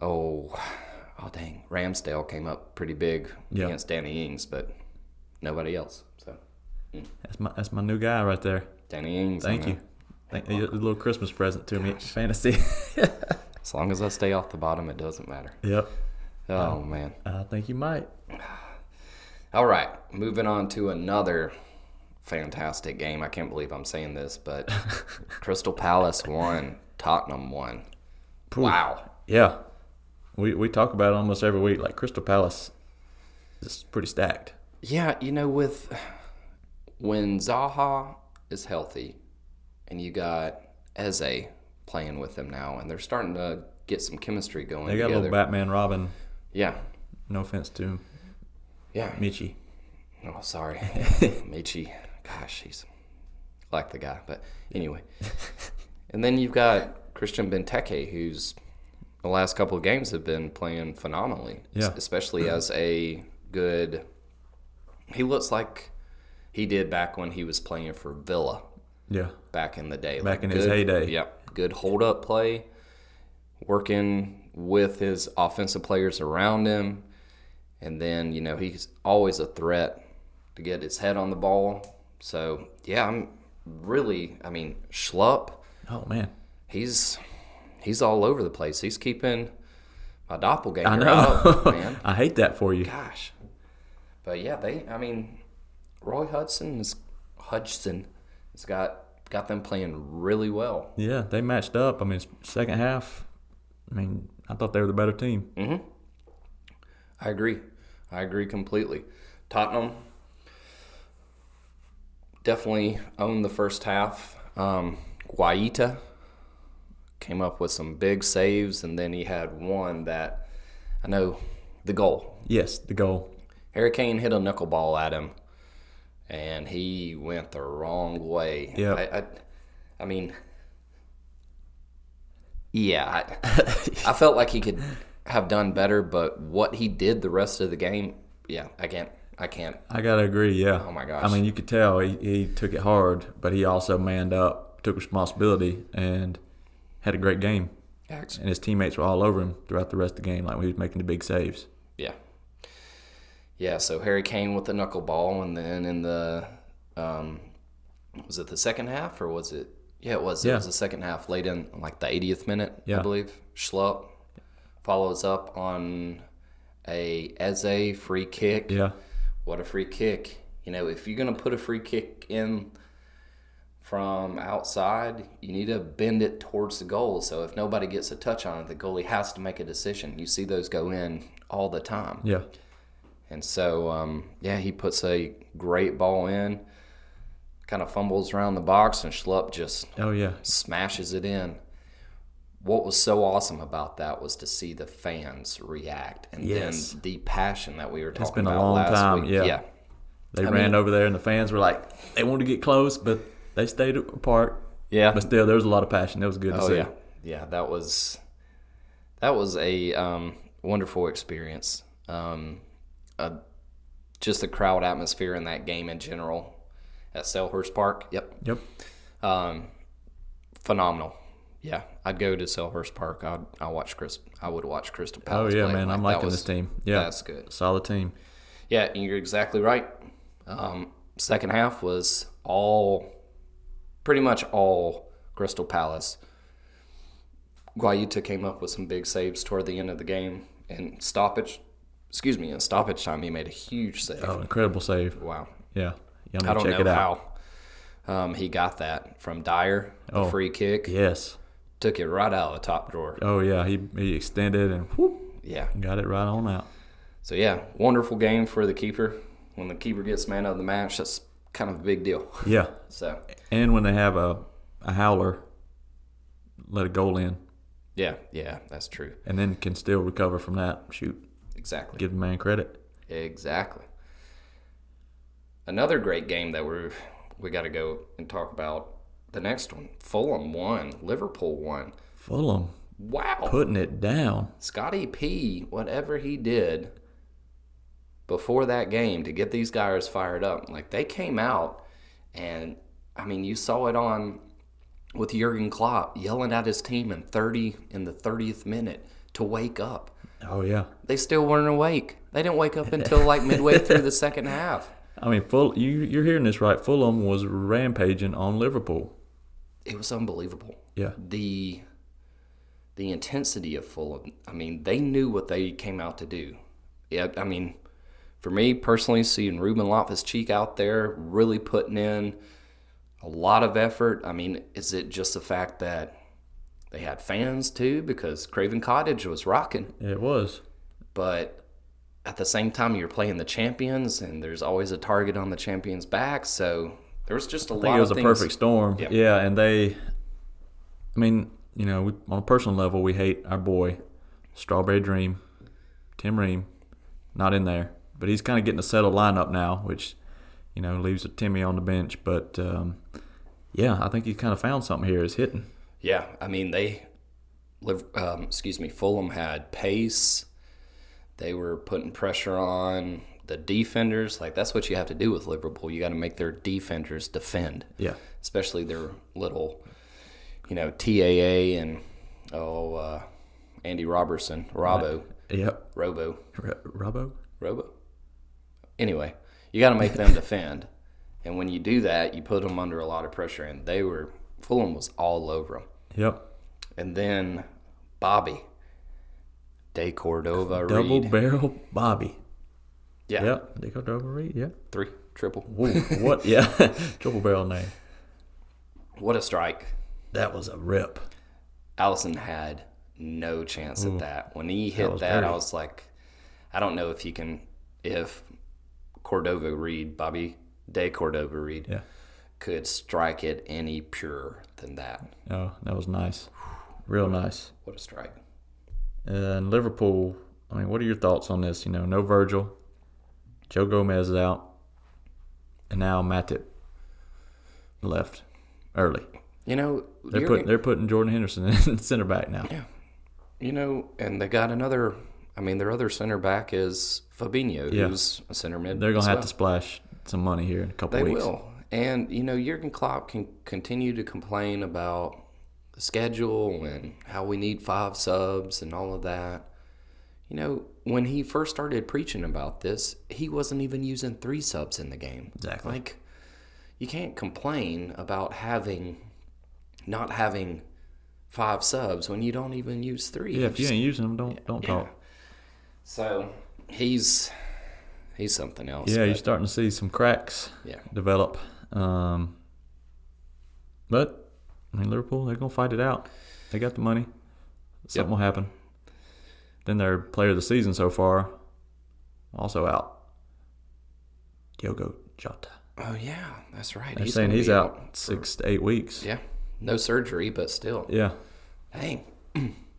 Speaker 2: oh, oh dang, Ramsdale came up pretty big
Speaker 3: Yeah.
Speaker 2: against Danny Ings, but nobody else. So
Speaker 3: that's my, that's my new guy right there.
Speaker 2: Danny Ings.
Speaker 3: Thank
Speaker 2: you.
Speaker 3: you. Thank you. A little Christmas present to me. Fantasy.
Speaker 2: As long as I stay off the bottom, it doesn't matter.
Speaker 3: yep.
Speaker 2: Oh man.
Speaker 3: I think Uh, you might.
Speaker 2: All right, moving on to another fantastic game. I can't believe I'm saying this, but Crystal Palace won, Tottenham won. Wow.
Speaker 3: Yeah. We, we talk about it almost every week. Like Crystal Palace is pretty stacked.
Speaker 2: Yeah, you know, with when Zaha is healthy, and you got Eze playing with them now, and they're starting to get some chemistry going
Speaker 3: They got a
Speaker 2: together.
Speaker 3: little Batman Robin.
Speaker 2: yeah,
Speaker 3: No offense to
Speaker 2: yeah.
Speaker 3: Michi.
Speaker 2: Oh, sorry, Michi. Gosh, he's like the guy, but anyway. and then you've got Christian Benteke, who's the last couple of games have been playing phenomenally, es-
Speaker 3: Yeah.
Speaker 2: especially as a good. He looks like he did back when he was playing for Villa
Speaker 3: Yeah.
Speaker 2: back in the day.
Speaker 3: Back
Speaker 2: like
Speaker 3: in his
Speaker 2: good-
Speaker 3: heyday.
Speaker 2: Yep. Good hold up play, working with his offensive players around him. And then, you know, he's always a threat to get his head on the ball. So, yeah, I'm really, I mean, Schlupp,
Speaker 3: Oh, man.
Speaker 2: he's he's all over the place. He's keeping my doppelganger
Speaker 3: I
Speaker 2: up,
Speaker 3: know.
Speaker 2: man.
Speaker 3: I hate that for you.
Speaker 2: Gosh. But yeah, they I mean Roy Hudson is Hudson has got got them playing really well.
Speaker 3: Yeah, they matched up. I mean, s- second half. I mean, I thought they were the better team.
Speaker 2: Mm. I agree. I agree completely. Tottenham definitely owned the first half. Um, Guaita came up with some big saves, and then he had one that I know the goal.
Speaker 3: Yes, the goal.
Speaker 2: Harry Kane hit a knuckleball at him, and he went the wrong way.
Speaker 3: Yep.
Speaker 2: I, I, I mean, yeah, I, I felt like he could have done better, but what he did the rest of the game, yeah, I can't. I can't.
Speaker 3: I gotta agree. Yeah.
Speaker 2: Oh my gosh.
Speaker 3: I mean, you could tell he, he took it hard, but he also manned up, took responsibility, and had a great game. And his teammates were all over him throughout the rest of the game, like when he was making the big saves.
Speaker 2: Yeah. Yeah, so Harry Kane with the knuckleball, and then in the, um, was it the second half or was it? Yeah, it was. It
Speaker 3: Yeah.
Speaker 2: was the second half, late in like the 80th minute, I
Speaker 3: Yeah.
Speaker 2: believe. Schlupp follows up on a Eze free kick.
Speaker 3: Yeah.
Speaker 2: What a free kick! You know, if you're gonna put a free kick in from outside, you need to bend it towards the goal. So if nobody gets a touch on it, the goalie has to make a decision. You see those go in all the time.
Speaker 3: Yeah.
Speaker 2: And so, um, yeah, he puts a great ball in, kind of fumbles around the box, and Schlupp just
Speaker 3: Oh yeah.
Speaker 2: smashes it in. What was so awesome about that was to see the fans react, and
Speaker 3: Yes.
Speaker 2: then the passion that we were talking
Speaker 3: been a
Speaker 2: about
Speaker 3: long
Speaker 2: last
Speaker 3: time,
Speaker 2: week.
Speaker 3: yeah.
Speaker 2: yeah,
Speaker 3: They ran over there, and the fans were like, they wanted to get close, but they stayed apart.
Speaker 2: Yeah.
Speaker 3: But still, there was a lot of passion. That was good to
Speaker 2: Oh
Speaker 3: see.
Speaker 2: yeah, yeah. That was that was a um, wonderful experience. Um, uh, just the crowd atmosphere in that game in general at Selhurst Park. Yep,
Speaker 3: Yep.
Speaker 2: um, phenomenal. Yeah, I'd go to Selhurst Park. I'd I watch Chris. I would watch Crystal
Speaker 3: Oh
Speaker 2: Palace.
Speaker 3: yeah,
Speaker 2: play.
Speaker 3: man. I'm
Speaker 2: that
Speaker 3: liking
Speaker 2: was-
Speaker 3: this team. Yeah.
Speaker 2: that's good.
Speaker 3: Solid team.
Speaker 2: Yeah, and you're exactly right. Um, second half was all, pretty much all Crystal Palace. Guayuta came up with some big saves toward the end of the game and stoppage. Excuse me, in stoppage time, he made a huge save.
Speaker 3: Oh, incredible save.
Speaker 2: Wow.
Speaker 3: Yeah. Y'all need
Speaker 2: I
Speaker 3: to
Speaker 2: don't
Speaker 3: check
Speaker 2: know
Speaker 3: it out.
Speaker 2: how um, he got that from Dyer, the
Speaker 3: Oh.
Speaker 2: free kick.
Speaker 3: Yes.
Speaker 2: Took it right out of the top drawer.
Speaker 3: Oh yeah, he he extended and whoop,
Speaker 2: Yeah.
Speaker 3: got it right on out.
Speaker 2: So, yeah, wonderful game for the keeper. When the keeper gets man of the match, that's kind of a big deal.
Speaker 3: Yeah.
Speaker 2: So,
Speaker 3: And when they have a a howler, let a goal in,
Speaker 2: yeah, yeah, that's true.
Speaker 3: and then can still recover from that. Shoot,
Speaker 2: Exactly.
Speaker 3: give the man credit.
Speaker 2: Exactly. Another great game that we're we got to go and talk about The next one, Fulham won, Liverpool won.
Speaker 3: Fulham
Speaker 2: Wow.
Speaker 3: putting it down.
Speaker 2: Scotty P, whatever he did before that game to get these guys fired up, like they came out and I mean you saw it on with Jurgen Klopp yelling at his team in thirty in the thirtieth minute to wake up.
Speaker 3: Oh yeah.
Speaker 2: They still weren't awake. They didn't wake up until like midway through the second half.
Speaker 3: I mean, full. You you're hearing this right? Fulham was rampaging on Liverpool.
Speaker 2: It was unbelievable.
Speaker 3: Yeah.
Speaker 2: the the intensity of Fulham. I mean, they knew what they came out to do. Yeah, I mean, for me personally, seeing Ruben Loftus Cheek out there really putting in a lot of effort. I mean, is it just the fact that they had fans too? Because Craven Cottage was rocking,
Speaker 3: It was.
Speaker 2: but at the same time, you're playing the champions, and there's always a target on the champions' back. So there was just a
Speaker 3: I think
Speaker 2: lot
Speaker 3: it was
Speaker 2: of
Speaker 3: a
Speaker 2: things.
Speaker 3: perfect storm.
Speaker 2: Yeah.
Speaker 3: Yeah. and they. I mean, you know, we, on a personal level, we hate our boy, Strawberry Dream, Tim Ream, not in there, but he's kind of getting a settled lineup now, which, you know, leaves Timmy on the bench. But um, yeah, I think he kind of found something here. Is hitting.
Speaker 2: Yeah, I mean they, Liv- um, excuse me, Fulham had pace. They were putting pressure on the defenders. Like that's what you have to do with Liverpool. You got to make their defenders defend,
Speaker 3: Yeah.
Speaker 2: especially their little, you know, TAA and oh, uh, Andy Robertson, Robbo,
Speaker 3: Yep.
Speaker 2: Robo,
Speaker 3: R- Robbo.
Speaker 2: Robo. Anyway, you got to make them defend, and when you do that, you put them under a lot of pressure. And they were Fulham was all over them.
Speaker 3: Yep.
Speaker 2: And then Bobby. De Cordova
Speaker 3: Double
Speaker 2: Reed.
Speaker 3: barrel Bobby.
Speaker 2: yeah.
Speaker 3: Yep. They go double Reed. Yep.
Speaker 2: Three. Triple.
Speaker 3: Whoa, what? Yeah. Triple barrel name.
Speaker 2: What a strike.
Speaker 3: That was a rip.
Speaker 2: Allison had no chance at that. When he hit
Speaker 3: Mm. was
Speaker 2: that, I
Speaker 3: dirty.
Speaker 2: was like, I don't know if he can if Cordova Reed, Bobby De Cordova Reed
Speaker 3: Yeah.
Speaker 2: could strike it any purer than that.
Speaker 3: Oh, that was nice. Real nice.
Speaker 2: What a strike.
Speaker 3: And Liverpool, I mean, what are your thoughts on this? You know, no Virgil. Joe Gomez is out. And now Matip left early.
Speaker 2: You know,
Speaker 3: They're
Speaker 2: Jurgen-
Speaker 3: putting they're putting Jordan Henderson in center back now.
Speaker 2: You know, and they got another I mean, their other center back is Fabinho,
Speaker 3: Yeah.
Speaker 2: who's a center mid.
Speaker 3: They're gonna
Speaker 2: as
Speaker 3: have
Speaker 2: well.
Speaker 3: to splash some money here in a couple
Speaker 2: They
Speaker 3: weeks.
Speaker 2: will. And, you know, Jurgen Klopp can continue to complain about the schedule and how we need five subs and all of that. You know, when he first started preaching about this, he wasn't even using three subs in the game.
Speaker 3: Exactly.
Speaker 2: Like, you can't complain about having, not having five subs when you don't even use three.
Speaker 3: Yeah, if you ain't using them, don't don't
Speaker 2: Yeah.
Speaker 3: talk.
Speaker 2: So he's, he's something else.
Speaker 3: Yeah,
Speaker 2: but-
Speaker 3: you're starting to see some cracks
Speaker 2: Yeah.
Speaker 3: develop. Um, but I mean, Liverpool, they're gonna fight it out. They got the money. Something will happen. Then their player of the season so far, also out. Diogo Jota.
Speaker 2: Oh, yeah, that's right.
Speaker 3: They're saying
Speaker 2: gonna
Speaker 3: he's
Speaker 2: be
Speaker 3: out six to eight weeks.
Speaker 2: Yeah. No surgery, but still.
Speaker 3: Yeah.
Speaker 2: Dang.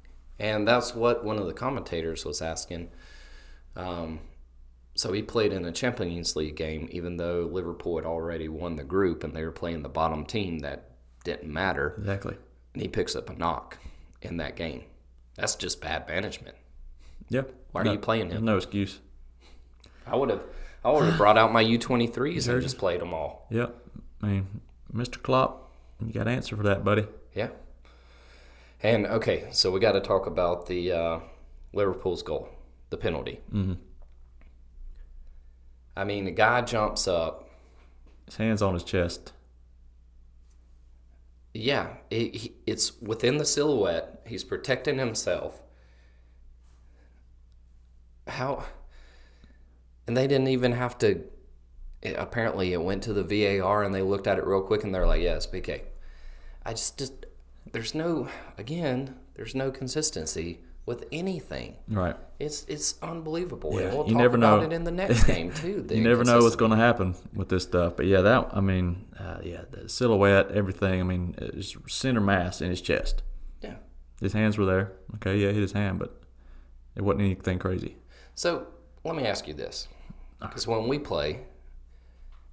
Speaker 2: and that's what one of the commentators was asking. Um, so he played in a Champions League game, even though Liverpool had already won the group and they were playing the bottom team that didn't matter.
Speaker 3: Exactly.
Speaker 2: And he picks up a knock in that game. That's just bad management.
Speaker 3: Yeah.
Speaker 2: Why are you playing him?
Speaker 3: No excuse.
Speaker 2: I would have, I would have brought out my U twenty threes and just played them all.
Speaker 3: Yep. I mean, Mr. Klopp, you got an answer for that, buddy.
Speaker 2: Yeah. And okay, so we got to talk about the uh, Liverpool's goal, the penalty. Mm-hmm. I mean, the guy jumps up.
Speaker 3: His hands on his chest.
Speaker 2: Yeah, it, he, it's within the silhouette. He's protecting himself. How? And they didn't even have to. It, apparently, it went to the VAR and they looked at it real quick and they're like, "Yes, PK." I just, just there's no again, there's no consistency with anything.
Speaker 3: Right.
Speaker 2: It's it's unbelievable. and
Speaker 3: Yeah,
Speaker 2: we'll
Speaker 3: you
Speaker 2: talk
Speaker 3: never
Speaker 2: about
Speaker 3: know.
Speaker 2: it in the next game too. the
Speaker 3: you never know what's
Speaker 2: inconsistency.
Speaker 3: going to happen with this stuff. But yeah, that I mean, uh, yeah, the silhouette, everything. I mean, it's center mass in his chest.
Speaker 2: Yeah.
Speaker 3: His hands were there. Okay, yeah, hit his hand, but it wasn't anything crazy.
Speaker 2: So let me ask you this, because when we play,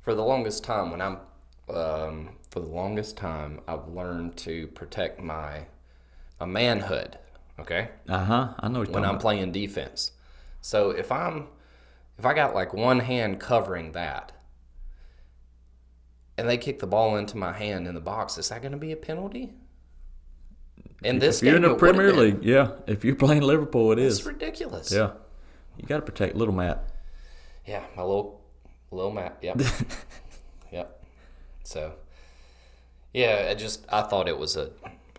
Speaker 2: for the longest time when I'm um, for the longest time, I've learned to protect my my manhood. Okay,
Speaker 3: Uh huh. I know what you're
Speaker 2: when
Speaker 3: talking
Speaker 2: I'm playing defense. So if I'm if I got like one hand covering that, and they kick the ball into my hand in the box, is that going to be a penalty? In this
Speaker 3: If you're in
Speaker 2: game,
Speaker 3: the
Speaker 2: it would've
Speaker 3: Premier
Speaker 2: been.
Speaker 3: League, yeah. If you're playing Liverpool, it
Speaker 2: it's
Speaker 3: is.
Speaker 2: ridiculous.
Speaker 3: Yeah. You got to protect little Matt.
Speaker 2: Yeah, my little little Matt. Yep. yep. So yeah, I just I thought it was a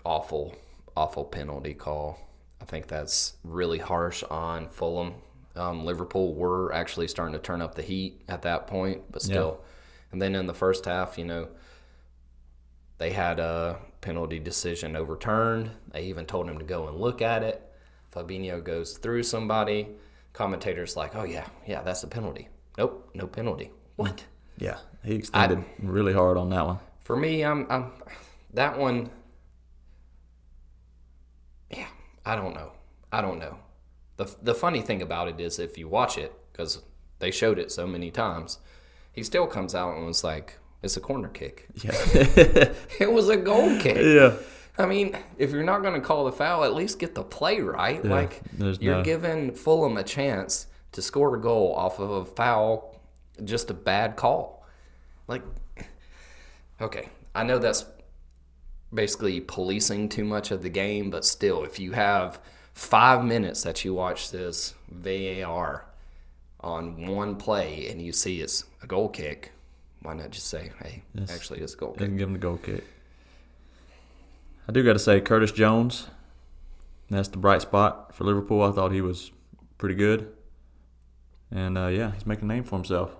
Speaker 2: awful awful penalty call. I think that's really harsh on Fulham. Um, Liverpool were actually starting to turn up the heat at that point, but still. And then in the first half, you know, they had a penalty decision overturned. They even told him to go and look at it. Fabinho goes through somebody. Commentators like, oh yeah, yeah, that's a penalty. Nope, no penalty. What?
Speaker 3: Yeah. He extended really hard on that one.
Speaker 2: For me, I'm, I'm that one. Yeah, I don't know. I don't know. the The funny thing about it is, if you watch it, because they showed it so many times, he still comes out and was like, "It's a corner kick.
Speaker 3: Yeah.
Speaker 2: It was a goal kick."
Speaker 3: yeah.
Speaker 2: I mean, if you're not going to call the foul, at least get the play right. like
Speaker 3: there's
Speaker 2: you're
Speaker 3: no-
Speaker 2: giving Fulham a chance to score a goal off of a foul, just a bad call. Like, okay, I know that's basically policing too much of the game, but still, if you have five minutes that you watch this VAR on one play and you see it's a goal kick, why not just say, "Hey, actually, it's a goal kick"?
Speaker 3: Didn't give him the goal kick. I do got to say, Curtis Jones, that's the bright spot for Liverpool. I thought he was pretty good. And uh, yeah, he's making a name for himself.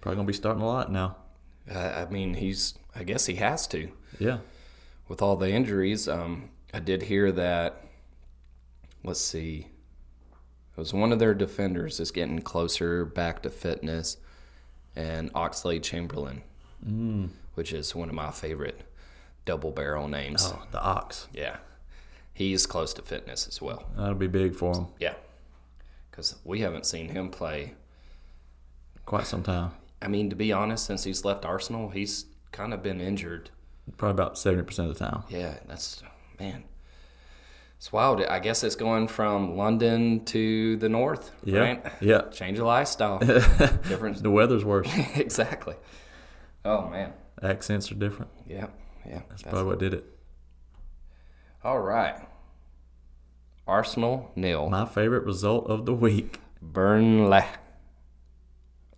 Speaker 3: Probably going to be starting a lot now.
Speaker 2: Uh, I mean, he's. I guess he has to
Speaker 3: Yeah.
Speaker 2: with all the injuries. Um, I did hear that. Let's see. It was one of their defenders is getting closer back to fitness, and Oxley Chamberlain, which is one of my favorite double barrel names.
Speaker 3: Oh, the Ox.
Speaker 2: Yeah, he's close to fitness as well.
Speaker 3: That'll be big for him
Speaker 2: Yeah, because we haven't seen him play.
Speaker 3: quite some time.
Speaker 2: I mean, to be honest, since he's left Arsenal, he's kind of been injured.
Speaker 3: Probably about 70% of the time.
Speaker 2: Yeah, that's man. It's wild. I guess it's going from London to the north,
Speaker 3: Yeah.
Speaker 2: right?
Speaker 3: Yeah.
Speaker 2: Change of lifestyle. Different.
Speaker 3: The weather's worse.
Speaker 2: exactly. Oh man.
Speaker 3: Accents are different.
Speaker 2: Yeah. Yeah. That's
Speaker 3: Probably what did it.
Speaker 2: All right. Arsenal nil.
Speaker 3: My favorite result of the week.
Speaker 2: Burnley.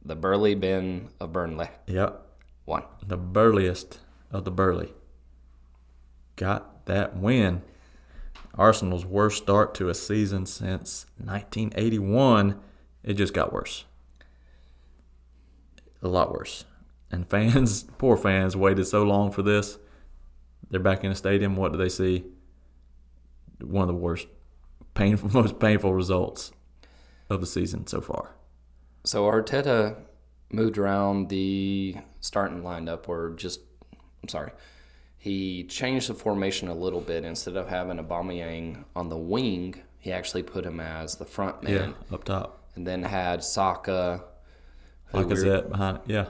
Speaker 2: The Burley bin of Burnley.
Speaker 3: Yep.
Speaker 2: One.
Speaker 3: the burliest of the burly, got that win. Arsenal's worst start to a season since 1981. It just got worse. A lot worse. And fans, poor fans, waited so long for this. They're back in the stadium. What do they see? One of the worst, painful, most painful results of the season so far.
Speaker 2: So Arteta moved around the starting lineup, or just, I'm sorry, he changed the formation a little bit. Instead of having Aubameyang on the wing, he actually put him as the front man,
Speaker 3: up top,
Speaker 2: and then had Saka. who we were,
Speaker 3: Lacazette behind. Yeah,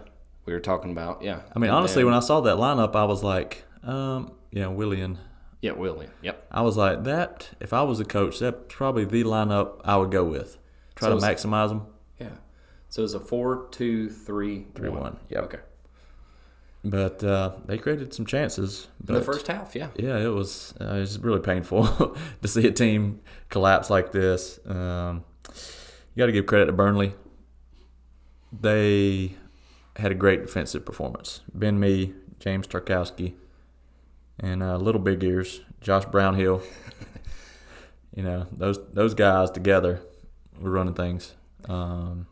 Speaker 2: we were talking about? Yeah,
Speaker 3: I mean, honestly, when I saw that lineup, I was like, um, yeah, Willian.
Speaker 2: yeah, William. Yep.
Speaker 3: I was like, that, if I was a coach, that's probably the lineup I would go with. Try to maximize them.
Speaker 2: Yeah. So it's a four, two, three, three, one.
Speaker 3: one.
Speaker 2: Yeah. Okay.
Speaker 3: But uh, they created some chances. But
Speaker 2: In the first half, yeah.
Speaker 3: yeah, it was, uh, it was really painful to see a team collapse like this. Um, you got to give credit to Burnley. They had a great defensive performance. Ben Mee, James Tarkowski, and uh, Little Big Ears, Josh Brownhill. you know those those guys together were running things. Um,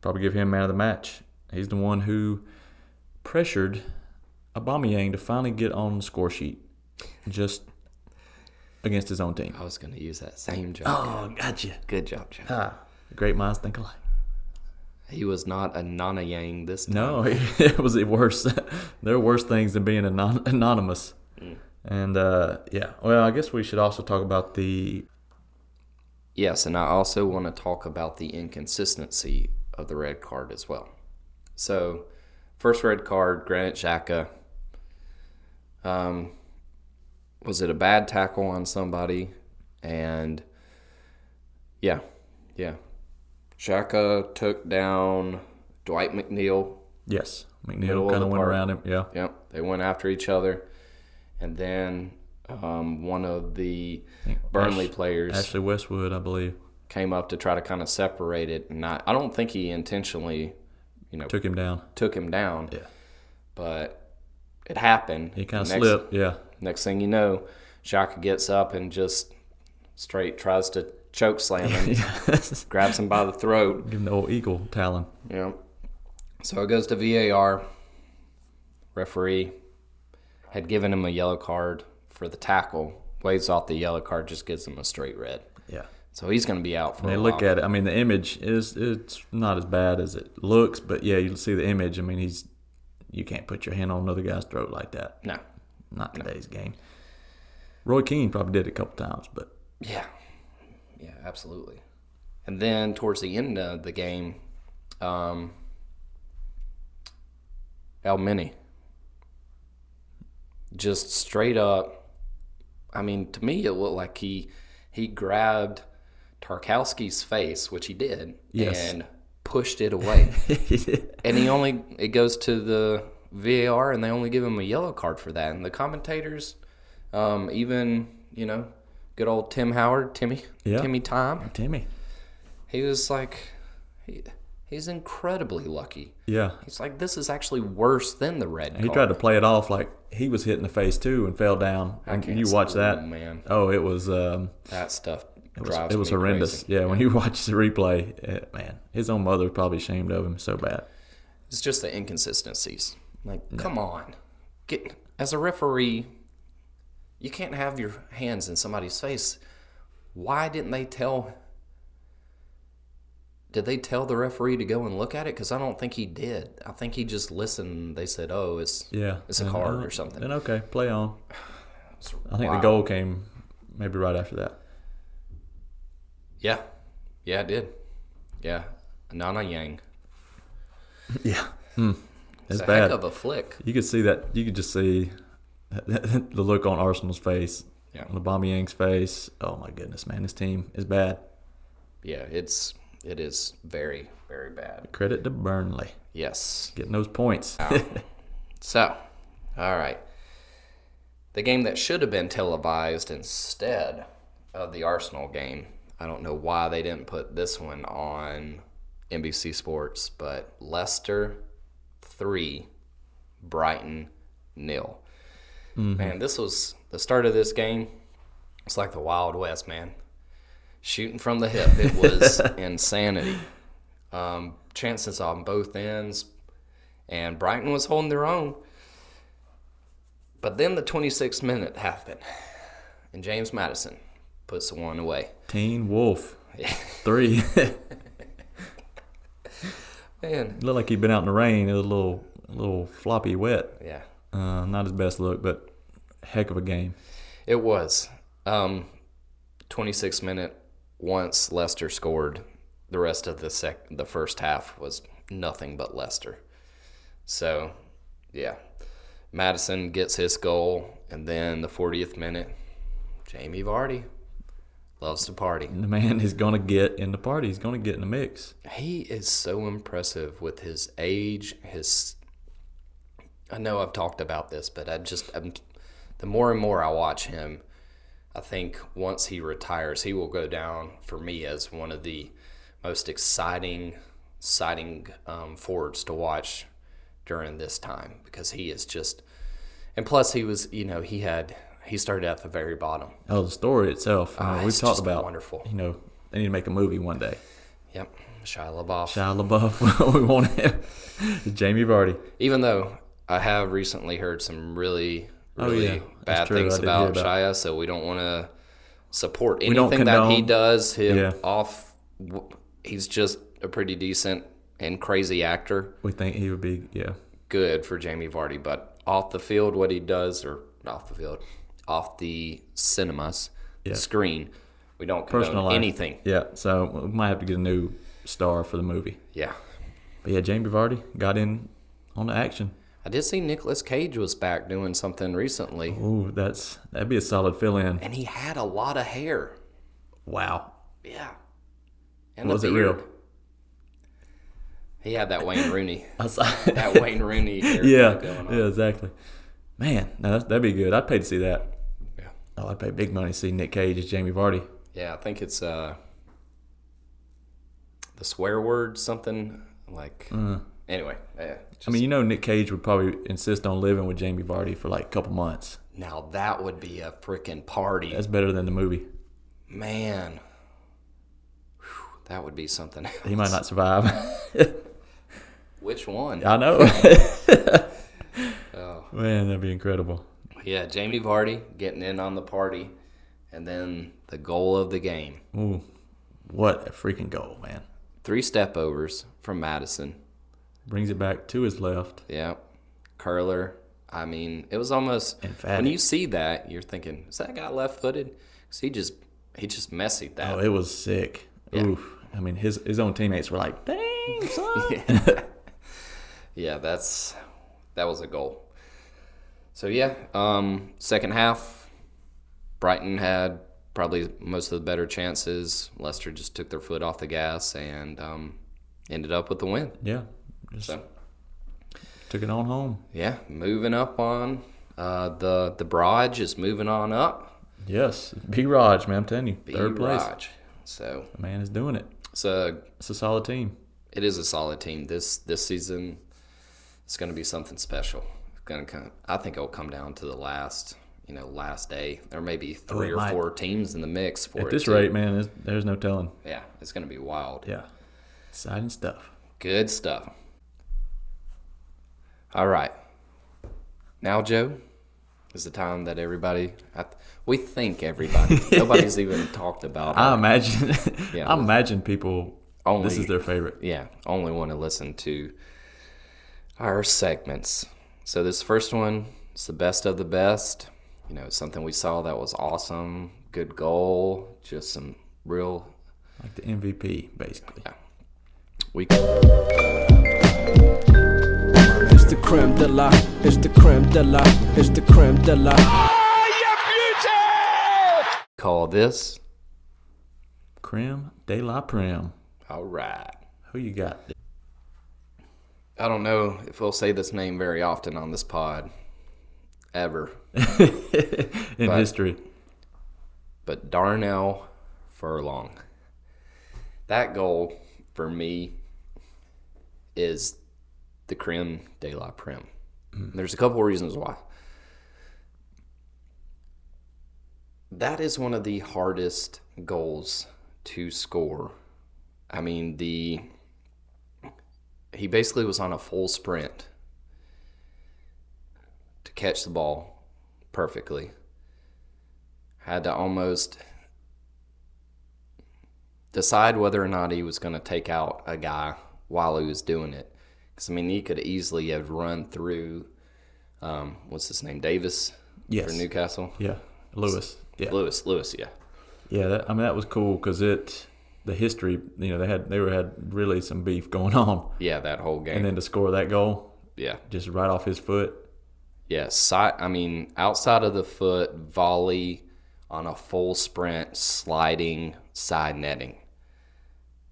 Speaker 3: probably give him man of the match. He's the one who pressured Aubameyang to finally get on the score sheet, just against his own team.
Speaker 2: I was going to use that same job.
Speaker 3: Oh, gotcha.
Speaker 2: Good job, John.
Speaker 3: Ah, great minds think alike.
Speaker 2: He was not a Nana Yang this time.
Speaker 3: No, it was the worst. there are worse things than being anon- anonymous.
Speaker 2: Mm.
Speaker 3: And uh, yeah, well, I guess we should also talk about the
Speaker 2: Yes, and I also want to talk about the inconsistency of the red card as well. So, First red card, Granite Shaka. Um, was it a bad tackle on somebody? And yeah, yeah. Shaka took down Dwight McNeil.
Speaker 3: Yes.
Speaker 2: Middle
Speaker 3: McNeil
Speaker 2: of
Speaker 3: kind
Speaker 2: the
Speaker 3: of went
Speaker 2: park.
Speaker 3: around him. Yeah.
Speaker 2: Yep, they went after each other. And then um, one of the Burnley
Speaker 3: Ash-
Speaker 2: players
Speaker 3: Ashley Westwood, I believe,
Speaker 2: came up to try to kind of separate it. And I, I don't think he intentionally, you know, took,
Speaker 3: took him down.
Speaker 2: him down.
Speaker 3: Yeah.
Speaker 2: But it happened.
Speaker 3: He kind of
Speaker 2: Next-
Speaker 3: slipped. Yeah.
Speaker 2: Next thing you know, Shaka gets up and just straight tries to choke slam him,
Speaker 3: Give
Speaker 2: grabs him by the throat.
Speaker 3: him the old eagle talon.
Speaker 2: You know. So it goes to VAR. Referee had given him a yellow card for the tackle. Waves off the yellow card, just gives him a straight red.
Speaker 3: Yeah.
Speaker 2: So he's going to be out for
Speaker 3: They
Speaker 2: a
Speaker 3: look
Speaker 2: while.
Speaker 3: at it. I mean, the image is it's not as bad as it looks, but yeah, you see the image. I mean, he's you can't put your hand on another guy's throat like that.
Speaker 2: no.
Speaker 3: Not today's game. Roy Keane probably did it a couple times, but
Speaker 2: Yeah. Yeah, absolutely. And then towards the end of the game, um, El Mini just straight up. I mean, to me, it looked like he he grabbed Tarkowski's face, which he did,
Speaker 3: Yes.
Speaker 2: and pushed it away.
Speaker 3: he did.
Speaker 2: and he only it goes to the VAR, and they only give him a yellow card for that. And the commentators, um, even you know, good old Tim Howard, Timmy,
Speaker 3: Yeah.
Speaker 2: Timmy Time,
Speaker 3: Timmy.
Speaker 2: he was like, he, he's incredibly lucky.
Speaker 3: Yeah,
Speaker 2: He's like, this is actually worse than the red.
Speaker 3: he
Speaker 2: card.
Speaker 3: tried to play it off like he was hit in the face too and fell down. And
Speaker 2: can't
Speaker 3: you watch
Speaker 2: see-
Speaker 3: that,
Speaker 2: man.
Speaker 3: Oh, it was um,
Speaker 2: that stuff.
Speaker 3: it was,
Speaker 2: drives
Speaker 3: it was
Speaker 2: me
Speaker 3: horrendous.
Speaker 2: crazy.
Speaker 3: Yeah, when you watch the replay, eh, man, his own mother was probably ashamed of him so bad.
Speaker 2: It's just the inconsistencies. Like, come on, get as a referee, you can't have your hands in somebody's face. Why didn't they tell? Did they tell the referee to go and look at it? Because I don't think he did. I think he just listened. They said, "Oh, it's
Speaker 3: Yeah,
Speaker 2: it's a
Speaker 3: and,
Speaker 2: card
Speaker 3: uh,
Speaker 2: or something."
Speaker 3: Then okay, play on.
Speaker 2: It's
Speaker 3: I think the
Speaker 2: wild.
Speaker 3: goal came maybe right after that.
Speaker 2: Yeah, yeah, it did. Yeah, Nana Yang.
Speaker 3: Yeah,
Speaker 2: It's
Speaker 3: Hmm. it's
Speaker 2: a
Speaker 3: bad.
Speaker 2: heck of a flick.
Speaker 3: you could see that. You could just see the look on Arsenal's face,
Speaker 2: Yeah.
Speaker 3: on Aubameyang's face. Oh my goodness, man, this team is bad.
Speaker 2: Yeah, it's it is very very bad.
Speaker 3: Credit to Burnley
Speaker 2: Yes,
Speaker 3: getting those points.
Speaker 2: So, all right. The game that should have been televised instead of the Arsenal game. I don't know why they didn't put this one on NBC Sports, but Leicester 3, Brighton nil. Man, this was the start of this game. It's like the Wild West, man. Shooting from the hip. It was insanity. Um, chances on both ends, and Brighton was holding their own. But then the 26th minute happened, and James Madison puts the one away.
Speaker 3: Teen Wolf, three.
Speaker 2: Man,
Speaker 3: Looked like he'd been out in the rain. It was a little, a little floppy, wet.
Speaker 2: yeah,
Speaker 3: Uh, not his best look, but heck of a game.
Speaker 2: it was. Um, 26th minute. Once Leicester scored, the rest of the sec- the first half was nothing but Leicester. So, yeah, Madison gets his goal, and then the 40th minute, Jamie Vardy loves to party.
Speaker 3: The man is gonna get in the party. He's gonna get in the mix.
Speaker 2: He is so impressive with his age, his I know I've talked about this, but I just i the more and more I watch him, I think once he retires, he will go down for me as one of the most exciting, exciting um, forwards to watch during this time because he is just, and plus he was, you know, he had he started at the very bottom.
Speaker 3: Oh, the story itself. you know,
Speaker 2: Ah,
Speaker 3: we've
Speaker 2: it's
Speaker 3: talked
Speaker 2: just
Speaker 3: about
Speaker 2: wonderful.
Speaker 3: You know, they need to make a movie one day.
Speaker 2: Yep, Shia LaBeouf.
Speaker 3: Shia LaBeouf, we want him. Jamie Vardy.
Speaker 2: even though I have recently heard some really,
Speaker 3: Oh,
Speaker 2: really
Speaker 3: yeah. That's
Speaker 2: bad
Speaker 3: true. I
Speaker 2: things
Speaker 3: did hear
Speaker 2: about,
Speaker 3: about-
Speaker 2: Shia, so we don't want to support
Speaker 3: don't
Speaker 2: anything that he
Speaker 3: condone-
Speaker 2: does. Him
Speaker 3: Yeah.
Speaker 2: off, he's just a pretty decent and crazy actor.
Speaker 3: We think he would be, yeah,
Speaker 2: Good for Jamie Vardy, but off the field, what he does, or off the field, off the cinemas, the screen, we don't condone
Speaker 3: personal life.
Speaker 2: anything.
Speaker 3: Yeah, so we might have to get a new star for the movie.
Speaker 2: Yeah,
Speaker 3: But yeah, Jamie Vardy got in on the action.
Speaker 2: I did see Nicolas Cage was back doing something recently,
Speaker 3: Ooh, that's that'd be a solid fill in.
Speaker 2: and he had a lot of hair.
Speaker 3: Wow.
Speaker 2: Yeah. And
Speaker 3: Was
Speaker 2: a
Speaker 3: it real?
Speaker 2: beard. He had that Wayne Rooney.
Speaker 3: I saw-
Speaker 2: That Wayne Rooney. haircut
Speaker 3: yeah.
Speaker 2: Going on.
Speaker 3: Yeah, exactly. Man, no, that's, that'd be good. I'd pay to see that.
Speaker 2: Yeah.
Speaker 3: Oh, I'd pay big money to see Nick Cage as Jamie Vardy.
Speaker 2: Yeah, I think it's uh, the swear word something like.
Speaker 3: Mm.
Speaker 2: Anyway, yeah.
Speaker 3: I mean, you know, Nick Cage would probably insist on living with Jamie Vardy for like a couple months.
Speaker 2: now that would be a freaking party,
Speaker 3: That's better than the movie.
Speaker 2: man. Whew, that would be something.
Speaker 3: He might not survive.
Speaker 2: Which one?
Speaker 3: I know.
Speaker 2: Oh.
Speaker 3: Man, that'd be incredible.
Speaker 2: Yeah, Jamie Vardy getting in on the party, and then the goal of the game:
Speaker 3: Ooh, what a freaking goal, man.
Speaker 2: three step overs from Madison.
Speaker 3: Brings it back to his left.
Speaker 2: Yeah, curler. I mean, it was almost when
Speaker 3: Emphatic.
Speaker 2: you see that, you're thinking, is that guy left footed? Because he just he just messied that.
Speaker 3: Oh, it was sick. Oof. I mean, his his own teammates were like, "Dang, son."
Speaker 2: Yeah, that's that was a goal. So yeah, um, second half, Brighton had probably most of the better chances. Leicester just took their foot off the gas and um, ended up with the win.
Speaker 3: Yeah, just
Speaker 2: So
Speaker 3: took it on home.
Speaker 2: yeah, moving up on uh, the the Broad is moving on up.
Speaker 3: Yes, B. Raj, man, I'm telling you, third place.
Speaker 2: Raj. So
Speaker 3: The man is doing it.
Speaker 2: it's a
Speaker 3: It's a solid team.
Speaker 2: it is a solid team. This this season, it's going to be something special. It's going to come. I think it'll come down to the last, you know, last day. There may be three
Speaker 3: Oh, it
Speaker 2: or
Speaker 3: might.
Speaker 2: four teams in the mix for
Speaker 3: At
Speaker 2: it.
Speaker 3: this
Speaker 2: too.
Speaker 3: rate, man, there's, there's no telling.
Speaker 2: yeah, it's going to be wild.
Speaker 3: Yeah, exciting stuff.
Speaker 2: Good stuff. All right, now Joe is the time that everybody. I, th- we think everybody. nobody's even talked about.
Speaker 3: I
Speaker 2: our-
Speaker 3: imagine.
Speaker 2: Yeah,
Speaker 3: I
Speaker 2: listen.
Speaker 3: imagine people.
Speaker 2: Only-
Speaker 3: this is their favorite.
Speaker 2: yeah, only want to listen to our segments. So this first one is the best of the best. You know, it's something we saw that was awesome, good goal, just some real.
Speaker 3: Like the MVP, basically.
Speaker 2: We
Speaker 4: It's the creme de la, it's the creme de la, it's the creme de la.
Speaker 2: call this.
Speaker 3: Creme de la Prem.
Speaker 2: All right.
Speaker 3: Who you got?
Speaker 2: I don't know if we'll say this name very often on this pod, ever,
Speaker 3: in history?
Speaker 2: but Darnell Furlong. That goal for me is the creme de la creme. There's a couple of reasons why. That is one of the hardest goals to score. I mean, the he basically was on a full sprint to catch the ball perfectly. Had to almost decide whether or not he was going to take out a guy while he was doing it. Because, I mean, he could easily have run through, um, what's his name, Davis
Speaker 3: Yes.
Speaker 2: for Newcastle?
Speaker 3: Yeah, Lewis. Yeah,
Speaker 2: Lewis, Lewis, yeah.
Speaker 3: yeah. That, I mean, that was cool because it, the history. You know, they had they were had really some beef going on,
Speaker 2: Yeah, that whole game.
Speaker 3: and then to score that goal
Speaker 2: yeah.
Speaker 3: just right off his foot.
Speaker 2: Yeah, side, I mean, outside of the foot, volley on a full sprint, sliding side netting.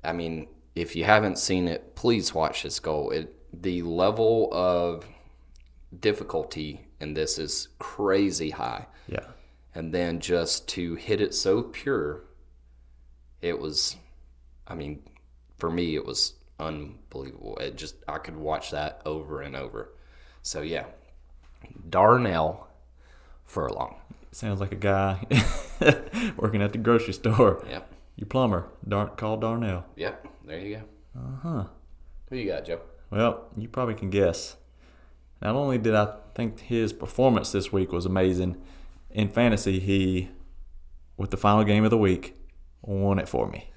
Speaker 2: I mean, if you haven't seen it, please watch this goal. It the level of difficulty in this is crazy high.
Speaker 3: Yeah,
Speaker 2: And then just to hit it so pure, it was I mean, for me it was unbelievable. It just I could watch that over and over. So yeah. Darnell Furlong.
Speaker 3: sounds like a guy working at the grocery store.
Speaker 2: Yep.
Speaker 3: Your plumber, Dar- call Darnell.
Speaker 2: Yep. There you go. Uh huh. Who you got, Joe?
Speaker 3: Well, you probably can guess. Not only did I think his performance this week was amazing, in fantasy, he, with the final game of the week, won it for me.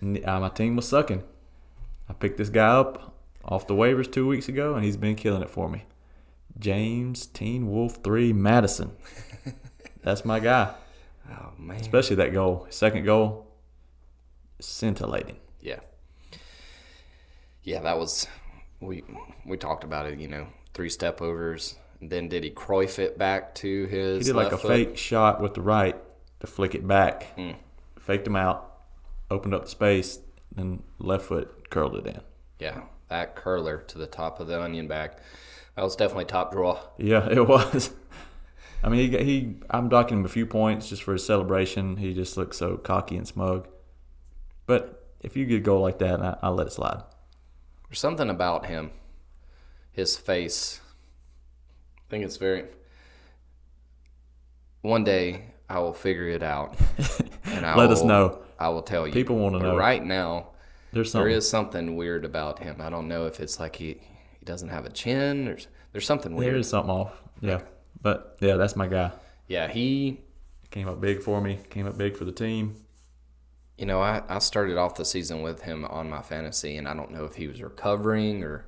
Speaker 3: N- uh, My team was sucking. I picked this guy up off the waivers two weeks ago, and he's been killing it for me. James Teen Wolf 3 Madison. That's my guy,
Speaker 2: Oh man.
Speaker 3: especially that goal. His second goal, scintillating.
Speaker 2: Yeah. Yeah, that was we we talked about it. You know, three step overs. Then did he Cruyff it back to his?
Speaker 3: He did like
Speaker 2: left
Speaker 3: a
Speaker 2: foot?
Speaker 3: fake shot with the right to flick it back,
Speaker 2: Hmm.
Speaker 3: faked him out, opened up the space, and left foot curled it in.
Speaker 2: Yeah, that curler to the top of the onion bag. That was definitely top draw.
Speaker 3: Yeah, it was. I mean, he, he I'm docking him a few points just for his celebration. He just looked so cocky and smug. But if you get a goal like that, I, I'll let it slide.
Speaker 2: There's something about him, his face. I think it's very. One day I will figure it out, and I
Speaker 3: Let us
Speaker 2: will-
Speaker 3: know.
Speaker 2: I will tell you.
Speaker 3: People wanna
Speaker 2: But
Speaker 3: know.
Speaker 2: Right now,
Speaker 3: There's
Speaker 2: there
Speaker 3: something.
Speaker 2: is something weird about him. I don't know if it's like he he doesn't have a chin. There's there's something
Speaker 3: There
Speaker 2: weird.
Speaker 3: is something off. Yeah. But yeah, that's my guy.
Speaker 2: Yeah, he.
Speaker 3: Came up big for me. Came up big for the team.
Speaker 2: You know, I, I started off the season with him on my fantasy, and I don't know if he was recovering or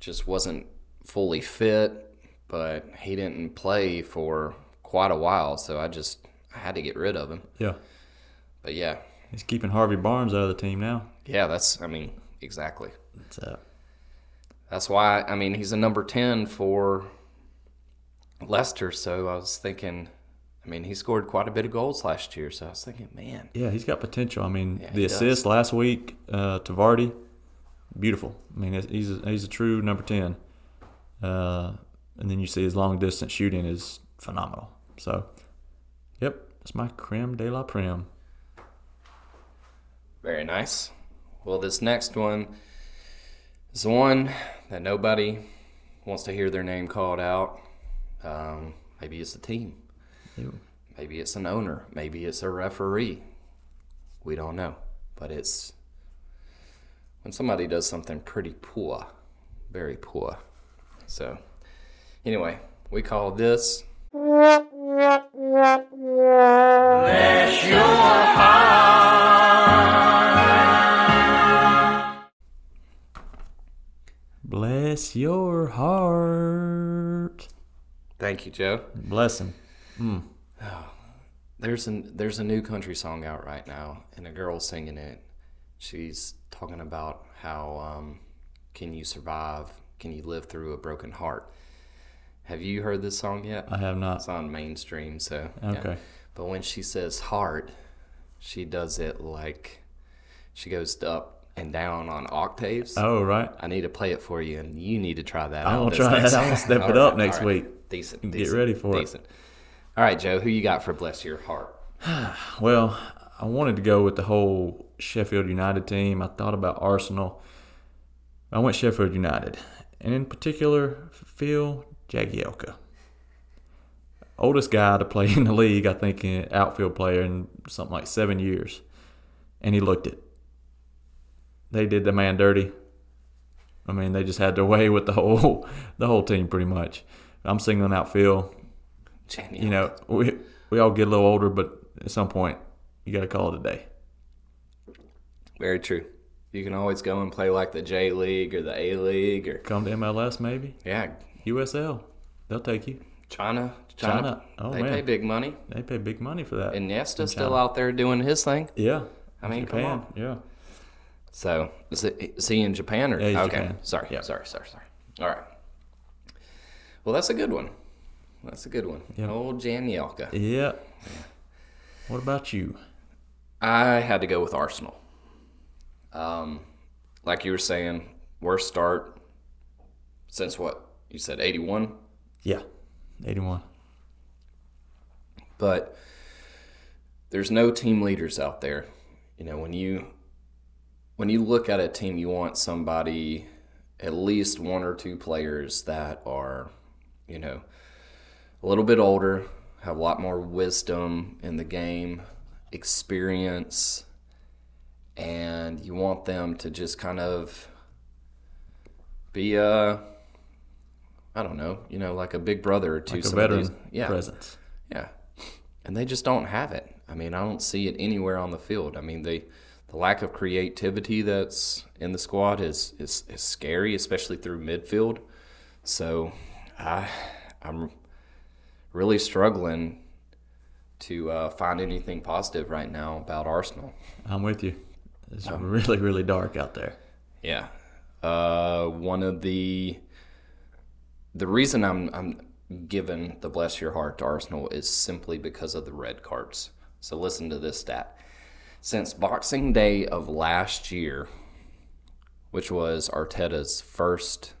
Speaker 2: just wasn't fully fit, but he didn't play for quite a while, so I just I had to get rid of him.
Speaker 3: Yeah.
Speaker 2: But yeah,
Speaker 3: He's keeping Harvey Barnes out of the team now. uh,
Speaker 2: yeah, that's I mean exactly.
Speaker 3: So
Speaker 2: That's why I mean he's a number ten for Leicester, so I was thinking. I mean, he scored quite a bit of goals last year, so I was thinking, man,
Speaker 3: yeah, he's got potential. I mean,
Speaker 2: he
Speaker 3: the
Speaker 2: does.
Speaker 3: assist last week uh, to Vardy, beautiful. I mean, it's- he's a, he's a true number ten. Uh, and then you see his long distance shooting is phenomenal. So, yep, that's my creme de la creme.
Speaker 2: Very nice. Well, this next one is the one that nobody wants to hear their name called out. Um, maybe it's a team.
Speaker 3: Ew.
Speaker 2: Maybe it's an owner. Maybe it's a referee. We don't know. But it's when somebody does something pretty poor, very poor. So, anyway, we call this
Speaker 3: Bless your heart.
Speaker 2: Thank You Joe.
Speaker 3: Bless him.
Speaker 2: There's an there's a new country song out right now, and a girl singing it. She's talking about how um, can you survive? Can you live through a broken heart? Have you heard this song yet?
Speaker 3: I have not.
Speaker 2: It's on mainstream, so yeah.
Speaker 3: Okay.
Speaker 2: But when she says heart, she does it like she goes up and down on octaves.
Speaker 3: Oh right.
Speaker 2: I need to play it for you, and you need to try that.
Speaker 3: I'm
Speaker 2: out
Speaker 3: gonna
Speaker 2: this
Speaker 3: try
Speaker 2: next-
Speaker 3: that. I'm gonna step
Speaker 2: All
Speaker 3: it up
Speaker 2: all
Speaker 3: next week.
Speaker 2: Decent,
Speaker 3: Get
Speaker 2: decent,
Speaker 3: ready for it.
Speaker 2: decent. All right, Joe, who you got for bless your heart?
Speaker 3: Well, I wanted to go with the whole Sheffield United team. I thought about Arsenal. I went Sheffield United, and in particular, Phil Jagielka. Oldest guy to play in the league, I think, an outfield player in something like seven years. And he looked it. They did the man dirty. I mean, they just had their way with the whole the whole team pretty much. I'm singling out Phil
Speaker 2: Jenny.
Speaker 3: you know, we we all get a little older, but at some point, you got to call it a day.
Speaker 2: Very true. You can always go and play like the J League or the A League or
Speaker 3: Come to MLS, maybe
Speaker 2: yeah,
Speaker 3: USL. They'll take you.
Speaker 2: China. China.
Speaker 3: China. Oh,
Speaker 2: they
Speaker 3: man.
Speaker 2: pay big money.
Speaker 3: They pay big money for that.
Speaker 2: Iniesta's
Speaker 3: China.
Speaker 2: still out there doing his thing.
Speaker 3: yeah,
Speaker 2: I mean, come
Speaker 3: Japan.
Speaker 2: on.
Speaker 3: Yeah,
Speaker 2: So is, it, is he in Japan or
Speaker 3: Yeah, he's
Speaker 2: okay?
Speaker 3: Japan.
Speaker 2: Sorry,
Speaker 3: Yeah.
Speaker 2: sorry, sorry, sorry. All right. Well, that's a good one. That's a good one.
Speaker 3: Yeah.
Speaker 2: Old Janielka.
Speaker 3: yeah. What about you?
Speaker 2: I had to go with Arsenal. Um, like you were saying, worst start since what you said, eighty-one.
Speaker 3: Yeah, eighty-one.
Speaker 2: but there's no team leaders out there. You know, when you when you look at a team, you want somebody, at least one or two players that are, you know, a little bit older, have a lot more wisdom in the game, experience, and you want them to just kind of be a, I don't know, you know, like a big brother to
Speaker 3: Like a
Speaker 2: some of these-
Speaker 3: veteran
Speaker 2: yeah,
Speaker 3: presence.
Speaker 2: yeah. And they just don't have it. I mean, I don't see it anywhere on the field. I mean, the the lack of creativity that's in the squad is is, is scary, especially through midfield. So, I I'm really struggling to uh, find anything positive right now about Arsenal. Um,
Speaker 3: I'm with you. It's really, really dark out there.
Speaker 2: Yeah. Uh, one of the the reason I'm I'm giving the bless your heart to Arsenal is simply because of the red cards. So listen to this stat. Since Boxing Day of last year, which was Arteta's first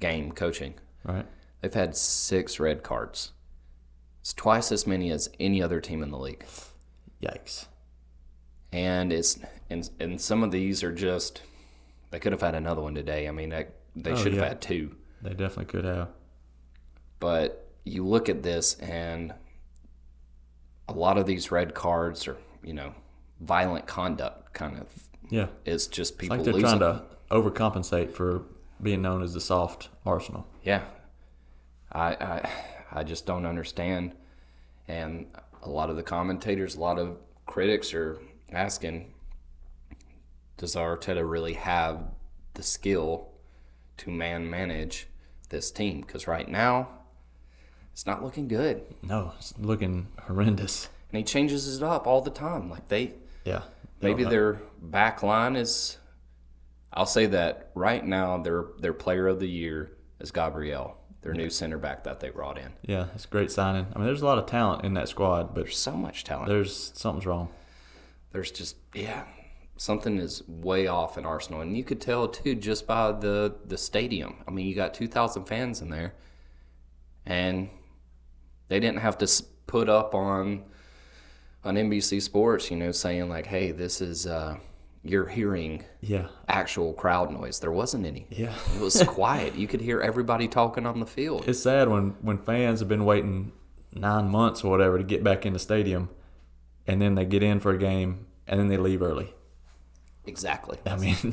Speaker 2: game coaching,
Speaker 3: Right.
Speaker 2: they've had six red cards. It's twice as many as any other team in the league.
Speaker 3: Yikes.
Speaker 2: and it's and and some of these are just they could have had another one today. I mean, that, they should
Speaker 3: Oh, yeah.
Speaker 2: have had two.
Speaker 3: They definitely could have.
Speaker 2: But you look at this, and a lot of these red cards are you know violent conduct kind of.
Speaker 3: Yeah.
Speaker 2: It's just people
Speaker 3: Like they're
Speaker 2: losing.
Speaker 3: trying to overcompensate for being known as the soft Arsenal.
Speaker 2: yeah, I I I just don't understand, and a lot of the commentators, a lot of critics are asking, does Arteta really have the skill to man manage this team? Because right now, it's not looking good,
Speaker 3: No, it's looking horrendous.
Speaker 2: and he changes it up all the time. Like they
Speaker 3: Yeah. They
Speaker 2: Maybe
Speaker 3: don't-
Speaker 2: their back line is. I'll say that right now, their their player of the year is Gabriel, their new center back that they brought in.
Speaker 3: Yeah, it's a great signing. I mean, there's a lot of talent in that squad, but
Speaker 2: There's so much talent.
Speaker 3: there's something's wrong.
Speaker 2: There's just yeah, something is way off in Arsenal, and you could tell too just by the the stadium. I mean, you got two thousand fans in there, and they didn't have to s- put up on on NBC Sports, you know, saying like, "Hey, this is uh, you're hearing."
Speaker 3: Yeah.
Speaker 2: actual crowd noise. There wasn't any.
Speaker 3: Yeah.
Speaker 2: It was quiet. You could hear everybody talking on the field.
Speaker 3: It's sad when, when fans have been waiting nine months or whatever to get back in the stadium, and then they get in for a game, and then they leave early.
Speaker 2: Exactly.
Speaker 3: I mean,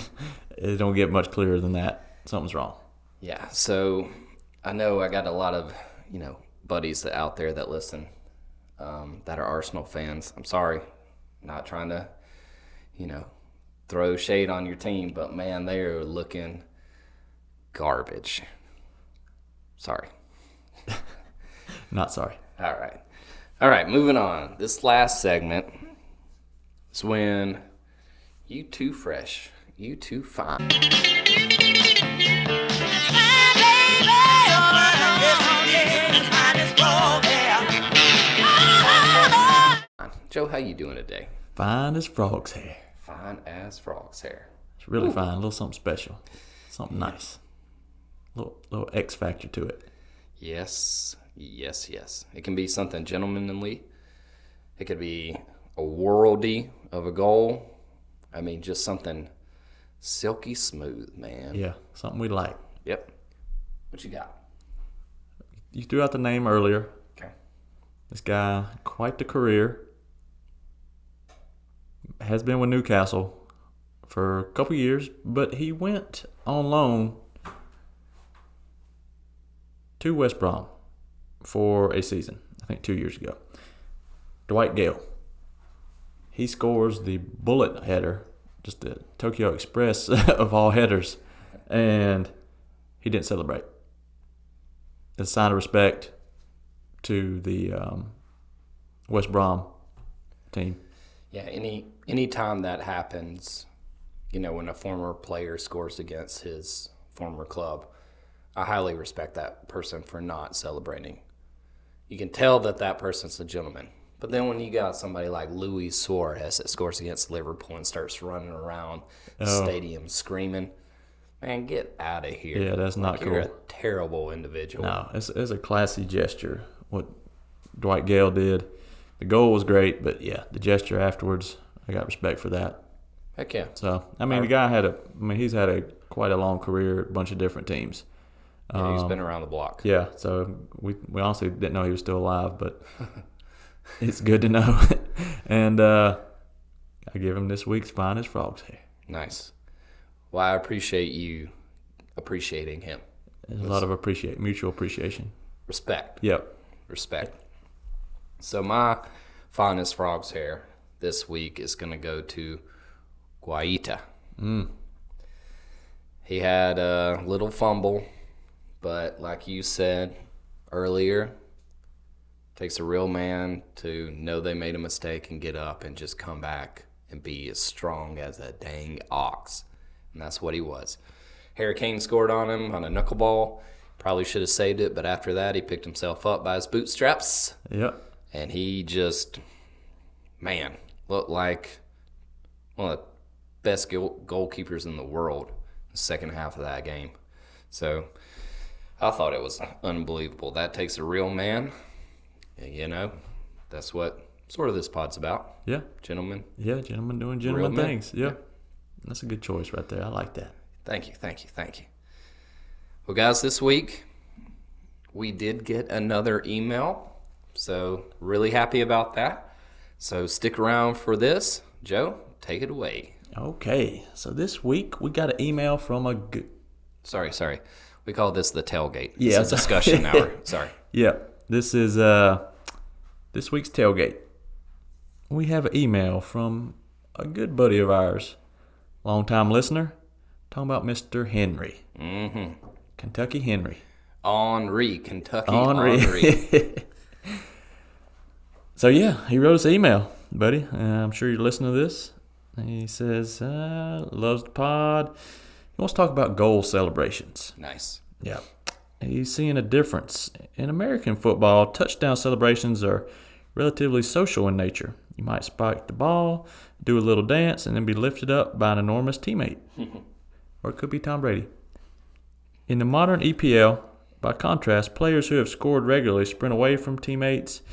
Speaker 3: it don't get much clearer than that. Something's wrong.
Speaker 2: Yeah. So I know I got a lot of, you know, buddies that out there that listen um, that are Arsenal fans. I'm sorry. Not trying to, you know, throw shade on your team, but man, they are looking garbage. Sorry.
Speaker 3: Not sorry.
Speaker 2: All right. All right, moving on. This last segment is when you too fresh, you too fine. Joe, how you doing today?
Speaker 3: Fine as frog's hair.
Speaker 2: Fine as frog's hair.
Speaker 3: It's really fine. A little something special. Something nice. little little X factor to it.
Speaker 2: Yes, yes, yes. It can be something gentlemanly. It could be a worldy of a goal. I mean, just something silky smooth, man.
Speaker 3: Yeah, something we like.
Speaker 2: Yep. What you got?
Speaker 3: You threw out the name earlier.
Speaker 2: Okay.
Speaker 3: This guy, quite the career. Has been with Newcastle for a couple years, but he went on loan to West Brom for a season, I think two years ago. Dwight Gale. He scores the bullet header, just the Tokyo Express of all headers, and he didn't celebrate. It's a sign of respect to the um, West Brom team.
Speaker 2: Yeah, any any time that happens, you know, when a former player scores against his former club, I highly respect that person for not celebrating. You can tell that that person's a gentleman. But then when you got somebody like Luis Suarez that scores against Liverpool and starts running around the
Speaker 3: Oh.
Speaker 2: stadium screaming, man, get out of here.
Speaker 3: Yeah, that's not
Speaker 2: You're a
Speaker 3: cool.
Speaker 2: terrible individual.
Speaker 3: No, it's, it's a classy gesture. What Dwight Gale did, the goal was great, but yeah, the gesture afterwards, I got respect for that.
Speaker 2: Heck yeah.
Speaker 3: So I mean, the guy had a, I mean, he's had a quite a long career, a bunch of different teams.
Speaker 2: Yeah, he's been around the block.
Speaker 3: um, Yeah, so we we honestly didn't know he was still alive, but it's good to know. and uh, I give him this week's finest frogs hair.
Speaker 2: Nice. Well, I appreciate you appreciating him.
Speaker 3: There's a lot of appreciate mutual appreciation.
Speaker 2: Respect.
Speaker 3: Yep.
Speaker 2: Respect. So my finest frog's hair this week is going to go to Guaita. He had a little fumble, but like you said earlier, takes a real man to know they made a mistake and get up and just come back and be as strong as a dang ox. And that's what he was. Harry Kane scored on him on a knuckleball. Probably should have saved it, but after that, he picked himself up by his bootstraps
Speaker 3: Yep.
Speaker 2: and he just, man, looked like one of the best goal- goalkeepers in the world the second half of that game. So I thought it was unbelievable. That takes a real man. And, you know, that's what sort of this pod's about.
Speaker 3: Yeah.
Speaker 2: Gentlemen,
Speaker 3: Yeah. Gentlemen doing gentlemen
Speaker 2: men.
Speaker 3: things. Yeah. That's a good choice right there. I like that.
Speaker 2: Thank you, thank you, thank you. Well, guys, this week we did get another email, so really happy about that. So stick around for this. Joe, take it away.
Speaker 3: Okay. So this week we got an email from a good.
Speaker 2: Sorry, sorry. We call this the tailgate.
Speaker 3: Yeah,
Speaker 2: it's a
Speaker 3: sorry.
Speaker 2: discussion hour. Sorry.
Speaker 3: Yeah. This is uh this week's tailgate. We have an email from a good buddy of ours, longtime listener, talking about Mr. Henry. Mm-hmm. Kentucky Henry.
Speaker 2: Henri, Kentucky.
Speaker 3: Henri.
Speaker 2: Henri.
Speaker 3: So yeah, he wrote us an email, buddy. Uh, I'm sure you listen to this. He says uh, loves the pod. He wants to talk about goal celebrations.
Speaker 2: nice.
Speaker 3: Yeah. He's seeing a difference. In American football, touchdown celebrations are relatively social in nature. You might spike the ball, do a little dance, and then be lifted up by an enormous teammate. or it could be Tom Brady. In the modern EPL, by contrast, players who have scored regularly sprint away from teammates,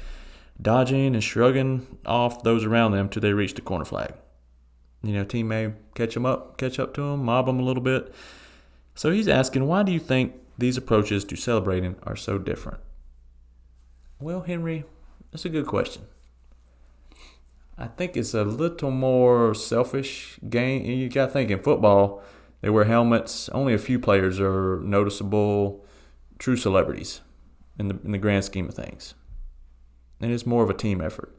Speaker 3: dodging and shrugging off those around them till they reach the corner flag. You know, team may catch them up, catch up to them, mob them a little bit. So he's asking, why do you think these approaches to celebrating are so different? Well, Henry, that's a good question. I think it's a little more selfish game. You got to think in football, they wear helmets. Only a few players are noticeable, true celebrities in the, in the grand scheme of things. And it's more of a team effort.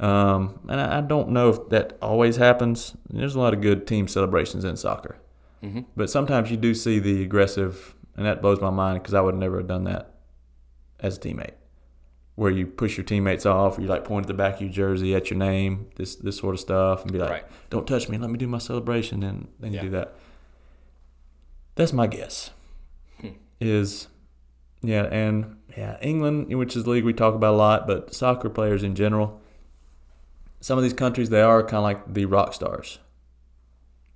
Speaker 3: Um, and I, I don't know if that always happens. There's a lot of good team celebrations in soccer.
Speaker 2: Mm-hmm.
Speaker 3: But sometimes you do see the aggressive, and that blows my mind because I would never have done that as a teammate, where you push your teammates off, or you like point at the back of your jersey at your name, this this sort of stuff, and be like,
Speaker 2: Right.
Speaker 3: "Don't touch me, let me do my celebration," and then
Speaker 2: Yeah.
Speaker 3: you do that. That's my guess.
Speaker 2: Hmm.
Speaker 3: Is yeah, and yeah, England, which is the league we talk about a lot, but soccer players in general. Some of these countries, they are kind of like the rock stars.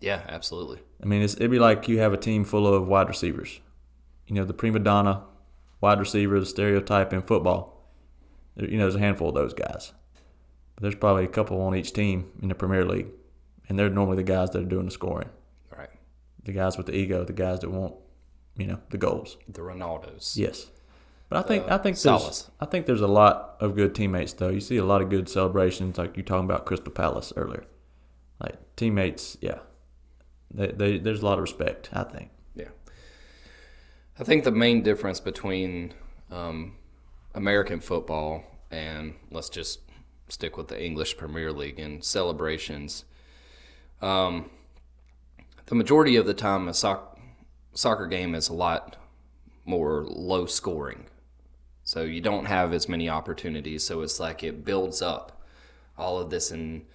Speaker 2: Yeah, absolutely.
Speaker 3: I mean, it's, it'd be like you have a team full of wide receivers. You know, the prima donna wide receiver, the stereotype in football. There- You know, there's a handful of those guys. But there's probably a couple on each team in the Premier League, and they're normally the guys that are doing the scoring,
Speaker 2: All right.
Speaker 3: the guys with the ego, the guys that want, you know, the goals.
Speaker 2: The Ronaldos.
Speaker 3: Yes. But I think I think
Speaker 2: Salas.
Speaker 3: there's I think there's a lot of good teammates though. You see a lot of good celebrations, like you talking about Crystal Palace earlier. Like teammates, yeah. They, they, there's a lot of respect, I think.
Speaker 2: Yeah. I think the main difference between um, American football and let's just stick with the English Premier League and celebrations, um, the majority of the time, a soc- soccer game is a lot more low scoring. So you don't have as many opportunities. So it's like it builds up all of this in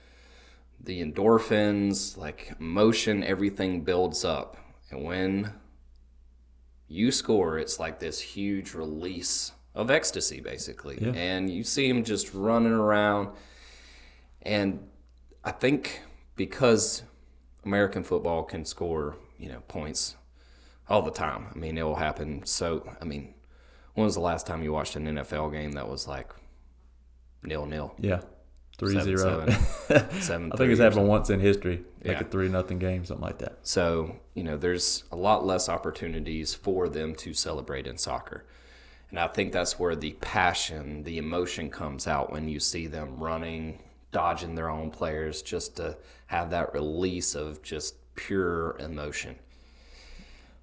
Speaker 2: the endorphins, like emotion, everything builds up. And when you score, it's like this huge release of ecstasy, basically.
Speaker 3: Yeah.
Speaker 2: And you see him just running around. And I think because American football can score, you know, points all the time. I mean, it will happen. So, I mean, when was the last time you watched an NFL game that was like nil nil?
Speaker 3: Yeah. three zero.
Speaker 2: Seven, seven, seven,
Speaker 3: I think it's
Speaker 2: three or
Speaker 3: happened once in history. Like
Speaker 2: Yeah.
Speaker 3: a three nothing game, something like that.
Speaker 2: So, you know, there's a lot less opportunities for them to celebrate in soccer. And I think that's where the passion, the emotion comes out when you see them running, dodging their own players, just to have that release of just pure emotion.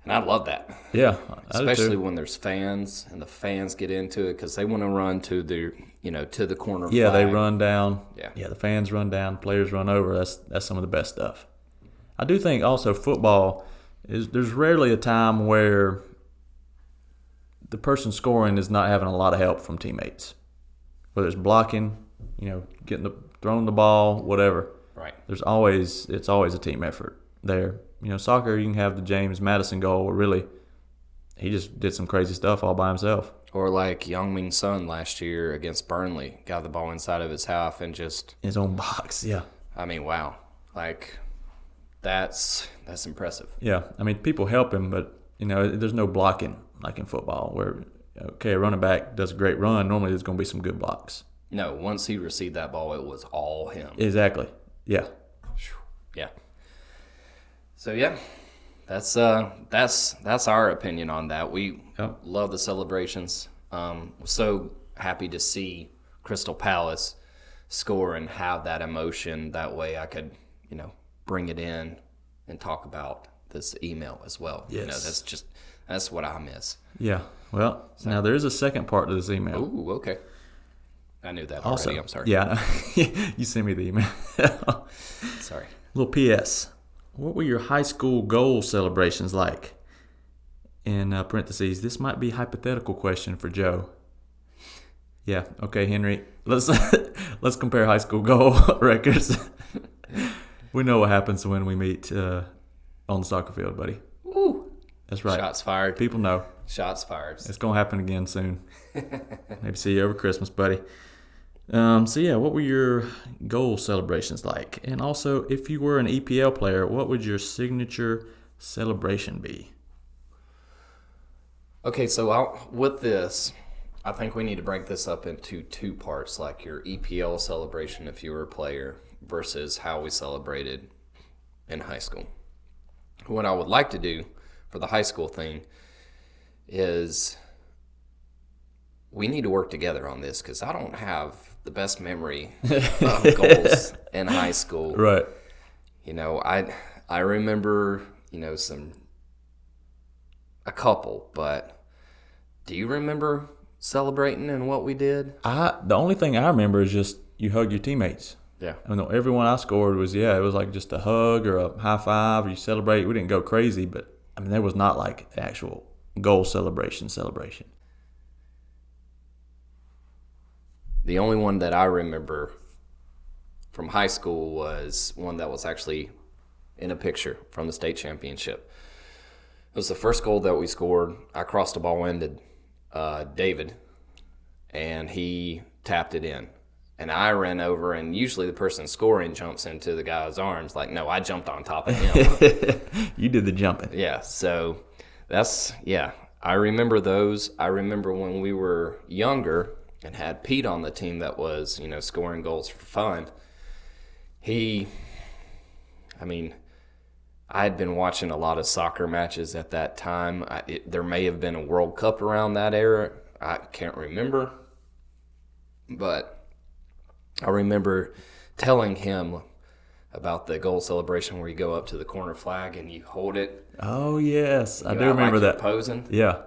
Speaker 2: And I love that,
Speaker 3: Yeah. I do too.
Speaker 2: especially when there's fans and the fans get into it because they want to run to the, you know, to the corner.
Speaker 3: Yeah, they
Speaker 2: flag.
Speaker 3: run down.
Speaker 2: Yeah.
Speaker 3: yeah, the fans run down, players run over. That's that's some of the best stuff. I do think also football is there's rarely a time where the person scoring is not having a lot of help from teammates, whether it's blocking, you know, getting the throwing the ball, whatever.
Speaker 2: Right.
Speaker 3: There's always it's always a team effort, there. You know, soccer, you can have the James Madison goal where really he just did some crazy stuff all by himself.
Speaker 2: Or like Young Ming Sun last year against Burnley, got the ball inside of his half and just,
Speaker 3: In his own box, yeah.
Speaker 2: I mean, wow, like that's that's impressive.
Speaker 3: Yeah, I mean, people help him, but you know, there's no blocking like in football where okay, a running back does a great run. Normally, there's going to be some good blocks.
Speaker 2: No, once he received that ball, it was all him.
Speaker 3: Exactly. Yeah.
Speaker 2: Yeah. So yeah, that's uh that's that's our opinion on that. We
Speaker 3: Yep.
Speaker 2: love the celebrations. Um, so happy to see Crystal Palace score and have that emotion. That way, I could you know bring it in and talk about this email as well. You know,
Speaker 3: Yes.
Speaker 2: that's just that's what I miss.
Speaker 3: Yeah. Well, now there is a second part to this email.
Speaker 2: Ooh, okay. I knew that
Speaker 3: Also-
Speaker 2: already. I'm sorry.
Speaker 3: Yeah. you sent me the email.
Speaker 2: Sorry.
Speaker 3: Little P.S. What were your high school goal celebrations like? In uh, parentheses, this might be hypothetical question for Joe. Yeah. Okay, Henry. Let's let's compare high school goal records. we know what happens when we meet uh, on the soccer field, buddy. Woo. That's right.
Speaker 2: Shots fired.
Speaker 3: People know.
Speaker 2: Shots fired.
Speaker 3: It's gonna happen again soon. Maybe see you over Christmas, buddy. Um, so yeah, what were your goal celebrations like? And also, if you were an EPL player, what would your signature celebration be?
Speaker 2: Okay, so I'll, with this, I think we need to break this up into two parts, like your EPL celebration if you were a player versus how we celebrated in high school. What I would like to do for the high school thing is we need to work together on this because I don't have the best memory of goals in high school
Speaker 3: Right.
Speaker 2: you know i i remember you know some a couple but do you remember celebrating and what we did
Speaker 3: I the only thing I remember is just you hug your teammates.
Speaker 2: yeah
Speaker 3: I mean, everyone I scored was yeah, it was like just a hug or a high five. Or you celebrate. We didn't go crazy, but I mean, there was not like an actual goal celebration celebration.
Speaker 2: the only one that i remember from high school was one that was actually in a picture from the state championship it was the first goal that we scored i crossed the ball into uh, david and he tapped it in. And I ran over, and usually the person scoring jumps into the guy's arms. Like, no, I jumped on top of him.
Speaker 3: You did the jumping.
Speaker 2: yeah. So that's, yeah, I remember those. I remember when we were younger and had Pete on the team that was, you know, scoring goals for fun. He, I mean, I had been watching a lot of soccer matches at that time. I, it, there may have been a World Cup around that era. I can't remember. But I remember telling him about the goal celebration where you go up to the corner flag and you hold it.
Speaker 3: Oh yes, I
Speaker 2: You
Speaker 3: do
Speaker 2: know,
Speaker 3: remember
Speaker 2: like you're
Speaker 3: that.
Speaker 2: Posing.
Speaker 3: yeah.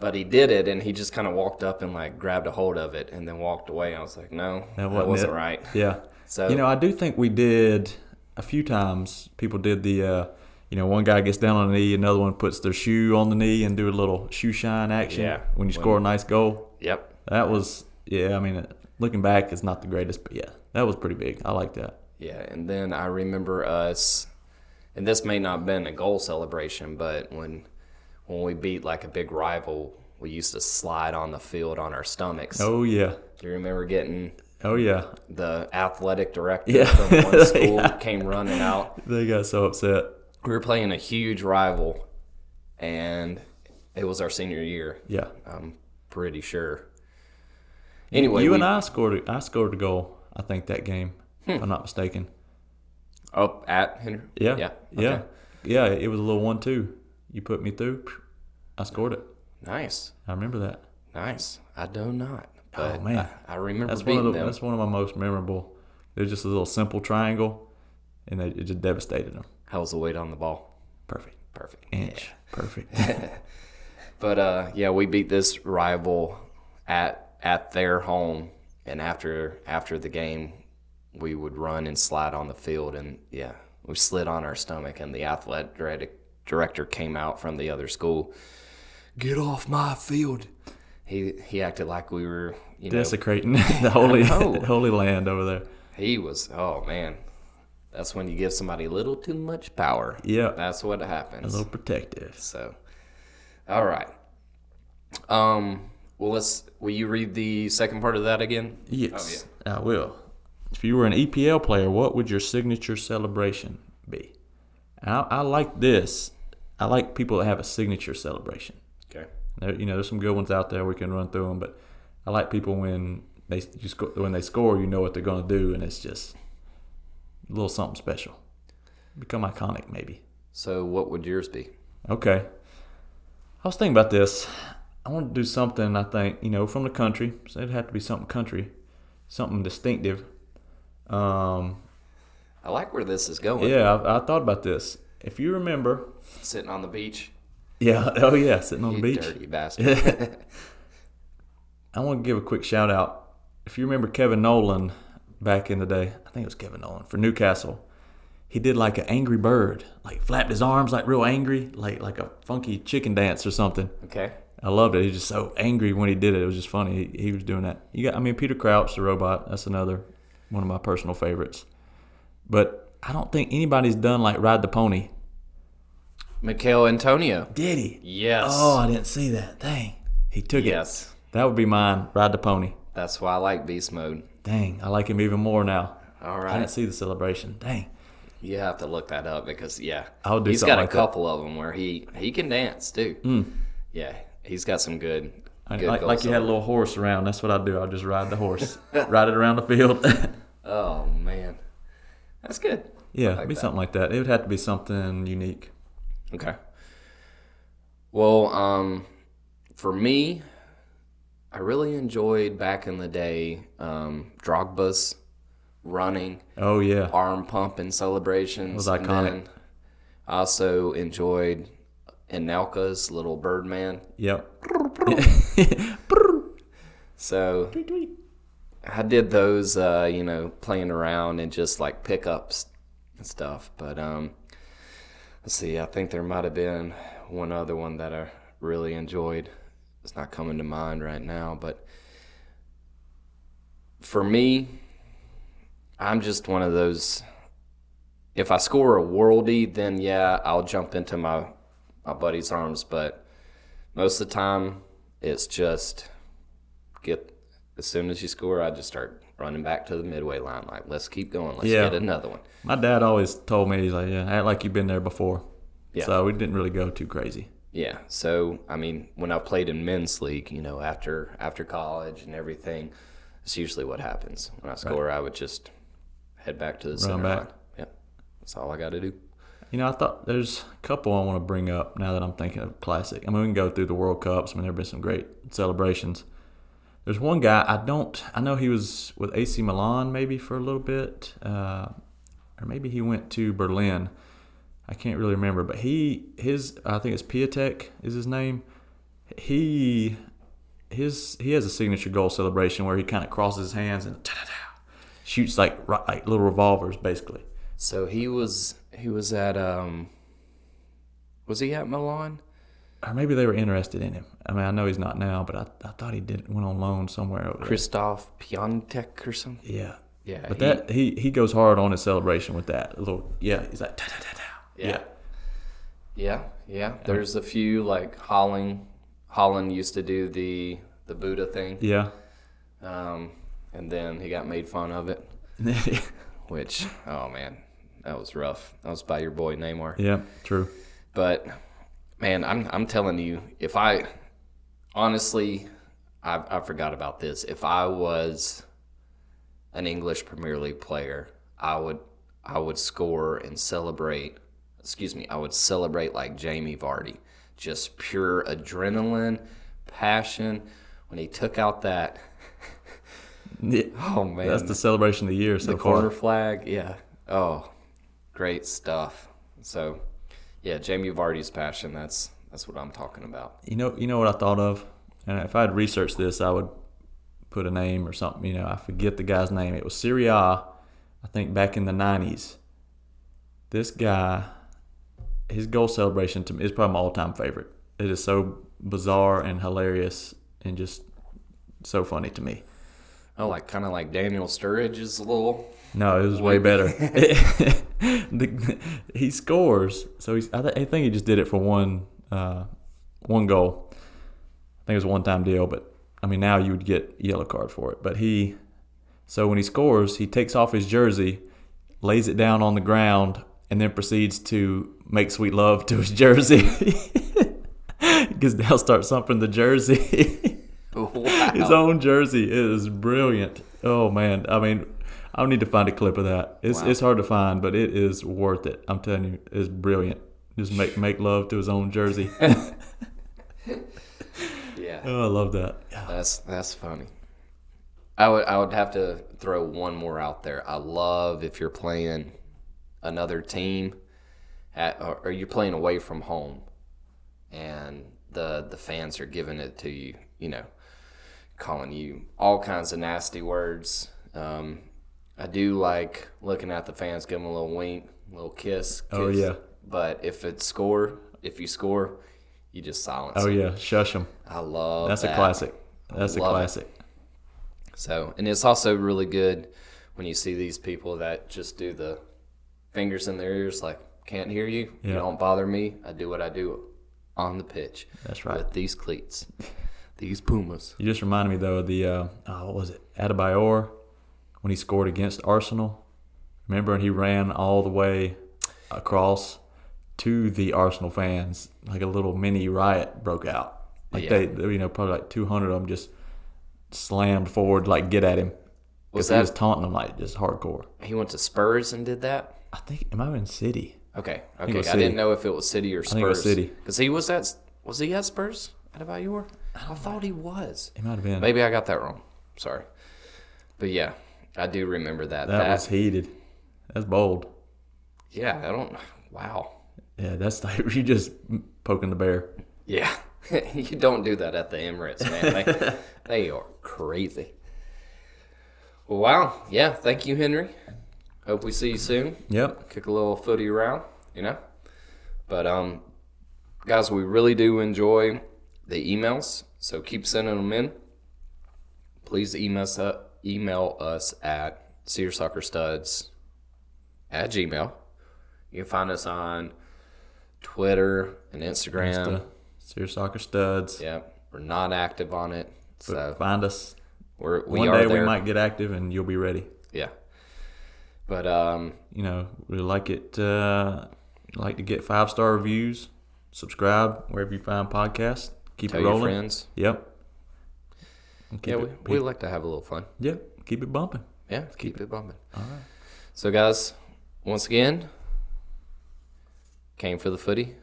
Speaker 2: But he did it and he just kind of walked up and like grabbed a hold of it and then walked away. I was like, no, that,
Speaker 3: wasn't
Speaker 2: wasn't
Speaker 3: it.
Speaker 2: right.
Speaker 3: Yeah.
Speaker 2: So-
Speaker 3: you know, I do think we did a few times. People did the, uh, you know, one guy gets down on the knee, another one puts their shoe on the knee and do a little shoe shine action.
Speaker 2: Yeah.
Speaker 3: When you score a nice goal,
Speaker 2: Yep.
Speaker 3: that was yeah. I mean, uh, looking back, it's not the greatest, but yeah, that was pretty big. I like that.
Speaker 2: Yeah, and then I remember us, and this may not have been a goal celebration, but when when we beat like a big rival, we used to slide on the field on our stomachs.
Speaker 3: Oh yeah.
Speaker 2: Do you remember getting
Speaker 3: Oh yeah.
Speaker 2: the athletic director
Speaker 3: Yeah.
Speaker 2: from one school came running out?
Speaker 3: They got so upset.
Speaker 2: We were playing a huge rival, and it was our senior year.
Speaker 3: Yeah.
Speaker 2: I'm pretty sure. Anyway,
Speaker 3: you
Speaker 2: we- Hmm.
Speaker 3: and I scored. A, I scored a goal. I think that game, if I'm not mistaken.
Speaker 2: up Oh, at Henry.
Speaker 3: Yeah.
Speaker 2: yeah,
Speaker 3: Yeah.
Speaker 2: okay.
Speaker 3: Yeah. It was a little one two. You put me through. I scored it.
Speaker 2: Nice,
Speaker 3: I remember that.
Speaker 2: nice. I do not, but
Speaker 3: Oh, man.
Speaker 2: I, I remember
Speaker 3: That's one
Speaker 2: beating
Speaker 3: of the,
Speaker 2: them.
Speaker 3: that's one of my most memorable. There's just a little simple triangle, and they, it just devastated them.
Speaker 2: How was the weight on the ball?
Speaker 3: Perfect
Speaker 2: Perfect.
Speaker 3: inch. Perfect.
Speaker 2: But uh, yeah, we beat this rival at at their home, and after after the game, we would run and slide on the field, and yeah, we slid on our stomach, and the athletic director came out from the other school. Get off my field. He he acted like we were, you know,
Speaker 3: Desecrating the holy
Speaker 2: know.
Speaker 3: the holy land over there.
Speaker 2: he was. Oh man, That's when you give somebody a little too much power.
Speaker 3: Yeah.
Speaker 2: That's what happens.
Speaker 3: A little protective.
Speaker 2: So, all right. Um. Well, let's. Will you read the second part of that again?
Speaker 3: Yes, I will. If you were an EPL player, what would your signature celebration be? And I, I like this. I like people that have a signature celebration.
Speaker 2: Okay.
Speaker 3: There, you know, there's some good ones out there. We can run through them, but I like people when they you sco- when they score, you know what they're going to do, and it's just a little something special. Become iconic, maybe.
Speaker 2: So, what would yours be?
Speaker 3: Okay. I was thinking about this. I want to do something. I think you know from the country, so it'd have to be something country, something distinctive. Um,
Speaker 2: I like where this is going.
Speaker 3: yeah, I, I thought about this. If you remember,
Speaker 2: Sitting on the beach.
Speaker 3: yeah, oh yeah, sitting on the
Speaker 2: you
Speaker 3: beach.
Speaker 2: Dirty bastard.
Speaker 3: I want to give a quick shout out. If you remember Kevin Nolan back in the day, I think it was Kevin Nolan for Newcastle. He did like an angry bird, like flapped his arms like real angry, like like a funky chicken dance or something.
Speaker 2: okay.
Speaker 3: I loved it. He was just so angry when he did it. It was just funny. He, he was doing that. You got, I mean, Peter Crouch, the robot. That's another one of my personal favorites. But I don't think anybody's done like ride the pony.
Speaker 2: Mikhail Antonio.
Speaker 3: Did he?
Speaker 2: Yes.
Speaker 3: Oh, I didn't see that. Dang, he took it.
Speaker 2: yes.
Speaker 3: That would be mine. Ride the pony.
Speaker 2: That's why I like beast mode.
Speaker 3: Dang, I like him even more now.
Speaker 2: All
Speaker 3: I didn't
Speaker 2: right.
Speaker 3: see the celebration. Dang.
Speaker 2: You have to look that up because yeah,
Speaker 3: I'll do
Speaker 2: He's
Speaker 3: something
Speaker 2: got
Speaker 3: like
Speaker 2: a
Speaker 3: that. Hmm.
Speaker 2: couple of 'em of them where he he can dance too. Yeah, he's got some good.
Speaker 3: I-
Speaker 2: good
Speaker 3: like, like
Speaker 2: goals
Speaker 3: you had a
Speaker 2: up.
Speaker 3: little horse around. That's what I do. I'll just ride the horse, ride it around the field.
Speaker 2: Oh man, that's good.
Speaker 3: yeah,
Speaker 2: like
Speaker 3: it'd be
Speaker 2: that.
Speaker 3: something like that. It would have to be something unique.
Speaker 2: Okay. Well, um, for me, I really enjoyed back in the day um, Drogba's running,
Speaker 3: Oh yeah,
Speaker 2: arm pumping celebrations.
Speaker 3: It was iconic.
Speaker 2: then I also enjoyed Enelka's little Birdman.
Speaker 3: yep.
Speaker 2: So I did those, uh, you know, playing around and just like pickups and stuff. But um, let's see, I think there might have been one other one that I really enjoyed. It's not coming to mind right now, but for me, I'm just one of those. If I score a worldie, then yeah, I'll jump into my my buddy's arms. But most of the time, it's just get as soon as you score, I just start running back to the midway line. Like, let's keep going. Let's
Speaker 3: Yeah.
Speaker 2: get another one.
Speaker 3: My dad always told me, he's like, yeah, act like you've been there before.
Speaker 2: Yeah.
Speaker 3: So we didn't really go too crazy.
Speaker 2: Yeah. So I mean, when I played in men's league, you know, after after college and everything, that's usually what happens. When I score, I would just head back to the center
Speaker 3: back.
Speaker 2: line. Yep. That's all I got to do.
Speaker 3: You know, I thought there's a couple I want to bring up now that I'm thinking of classic. I mean, we can go through the World Cups. I mean, there have been some great celebrations. There's one guy I don't. I know he was with AC Milan maybe for a little bit, uh, or maybe he went to Berlin. I can't really remember, but he his I think it's Piatek is his name. He his he has a signature goal celebration where he kind of crosses his hands and shoots like ri- like little revolvers basically.
Speaker 2: So he was he was at um was he at Milan?
Speaker 3: or maybe they were interested in him. I mean, I know he's not now, but I, I thought he did went on loan somewhere over
Speaker 2: Christoph Piontek or something.
Speaker 3: there. Yeah,
Speaker 2: Yeah,
Speaker 3: But
Speaker 2: he-
Speaker 3: that he he goes hard on his celebration with that a little. Yeah, he's like da da da da.
Speaker 2: Yeah. Yeah, yeah. There's a few like Holland. Holland used to do the the Buddha thing,
Speaker 3: yeah,
Speaker 2: um, and then he got made fun of it.
Speaker 3: yeah,
Speaker 2: Which, oh man, that was rough. That was by your boy Neymar.
Speaker 3: yeah. True.
Speaker 2: But man, I'm I'm telling you, if I honestly, I I forgot about this. If I was an English Premier League player, I would I would score and celebrate. Excuse me, I would celebrate like Jamie Vardy, just pure adrenaline, passion. When he took out that,
Speaker 3: Yeah.
Speaker 2: oh man,
Speaker 3: That's the celebration of the year so
Speaker 2: the
Speaker 3: far.
Speaker 2: corner flag. Yeah. Oh, great stuff. So, yeah, Jamie Vardy's passion. That's that's what I'm talking about.
Speaker 3: You know, you know what I thought of, and if I had researched this, I would put a name or something. You know, I forget the guy's name. It was Syria, I think, back in the '90s. This guy, his goal celebration to me is probably my all-time favorite. It is so bizarre and hilarious, and just so funny to me.
Speaker 2: Oh, like kind of like Daniel Sturridge is a little.
Speaker 3: No, it was way better. The- he scores, so he's. I, th- I think he just did it for one, uh, one goal. I think it was a one-time deal, but I mean now you would get a yellow card for it. But he, so when he scores, he takes off his jersey, lays it down on the ground, and then proceeds to make sweet love to his jersey. Because they'll start something the jersey.
Speaker 2: Wow.
Speaker 3: his own jersey. It is brilliant. Oh man, I mean, I'll need to find a clip of that. It's
Speaker 2: Wow.
Speaker 3: it's hard to find, but it is worth it. I'm telling you, it's brilliant. Just make make love to his own jersey. oh,
Speaker 2: Yeah,
Speaker 3: I love that.
Speaker 2: that's that's funny. I would I would have to throw one more out there. I love if you're playing another team, at, or, or you're playing away from home, and the the fans are giving it to you. You know, calling you all kinds of nasty words. Um, I do like looking at the fans, give them a little wink, a little kiss. kiss.
Speaker 3: Oh, yeah.
Speaker 2: But if it's score, if you score, you just silence.
Speaker 3: Oh
Speaker 2: them.
Speaker 3: yeah, shush him.
Speaker 2: I love
Speaker 3: That's a
Speaker 2: that.
Speaker 3: classic. That's a
Speaker 2: Love it.
Speaker 3: classic.
Speaker 2: So, and it's also really good when you see these people that just do the fingers in their ears, like, can't hear you. You
Speaker 3: Yeah.
Speaker 2: don't bother me. I do what I do on the pitch.
Speaker 3: That's right.
Speaker 2: With these cleats, these Pumas.
Speaker 3: You just reminded me though of the uh, oh, what was it Adebayor when he scored against Arsenal? Remember, and he ran all the way across to the Arsenal fans, like a little mini riot broke out. Like
Speaker 2: Yeah.
Speaker 3: they, they, you know, probably like two hundred of them just slammed forward, like get at him.
Speaker 2: Was
Speaker 3: Because he was
Speaker 2: that-
Speaker 3: taunting them like just hardcore.
Speaker 2: He went to Spurs and did that.
Speaker 3: I think it might have been City.
Speaker 2: Okay.
Speaker 3: it
Speaker 2: Okay.
Speaker 3: was
Speaker 2: I,
Speaker 3: City.
Speaker 2: didn't know if it was City or Spurs.
Speaker 3: think it was City.
Speaker 2: Because he was at, was he at Spurs? At about your? I thought he was.
Speaker 3: It might have been.
Speaker 2: Maybe I got that wrong. Sorry. But yeah, I do remember that.
Speaker 3: that was heated. That's bold.
Speaker 2: Yeah, I don't. Wow.
Speaker 3: Yeah, that's like you just poking the bear.
Speaker 2: Yeah, you don't do that at the Emirates, man. They, they are crazy. Wow. Yeah. Thank you, Henry. Hope we see you soon.
Speaker 3: Yep.
Speaker 2: Kick a little footy around, you know. But um, guys, we really do enjoy the emails, so keep sending them in. Please email us, uh, email us at searsoccerstuds at gmail. You can find us on Twitter and Instagram.
Speaker 3: Insta, Uh, Serious soccer studs.
Speaker 2: Yep, we're not active on it, so
Speaker 3: Find us.
Speaker 2: we're, we
Speaker 3: One
Speaker 2: are
Speaker 3: day
Speaker 2: there.
Speaker 3: we might get active and you'll be ready.
Speaker 2: Yeah, but um,
Speaker 3: You know, we like it. Uh, like to get five star reviews. Subscribe wherever you find podcasts. Keep
Speaker 2: tell
Speaker 3: it
Speaker 2: your
Speaker 3: rolling.
Speaker 2: friends.
Speaker 3: Yep. And Keep
Speaker 2: Yeah, we,
Speaker 3: it,
Speaker 2: we like to have a little fun.
Speaker 3: yeah, keep it bumping.
Speaker 2: Yeah, keep, it bumping. All right. So, guys, once again, came for the footy,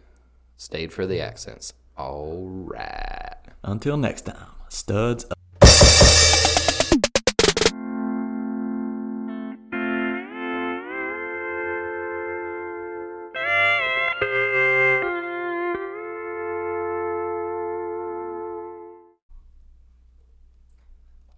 Speaker 2: stayed for the accents. All right.
Speaker 3: Until next time, studs. Up.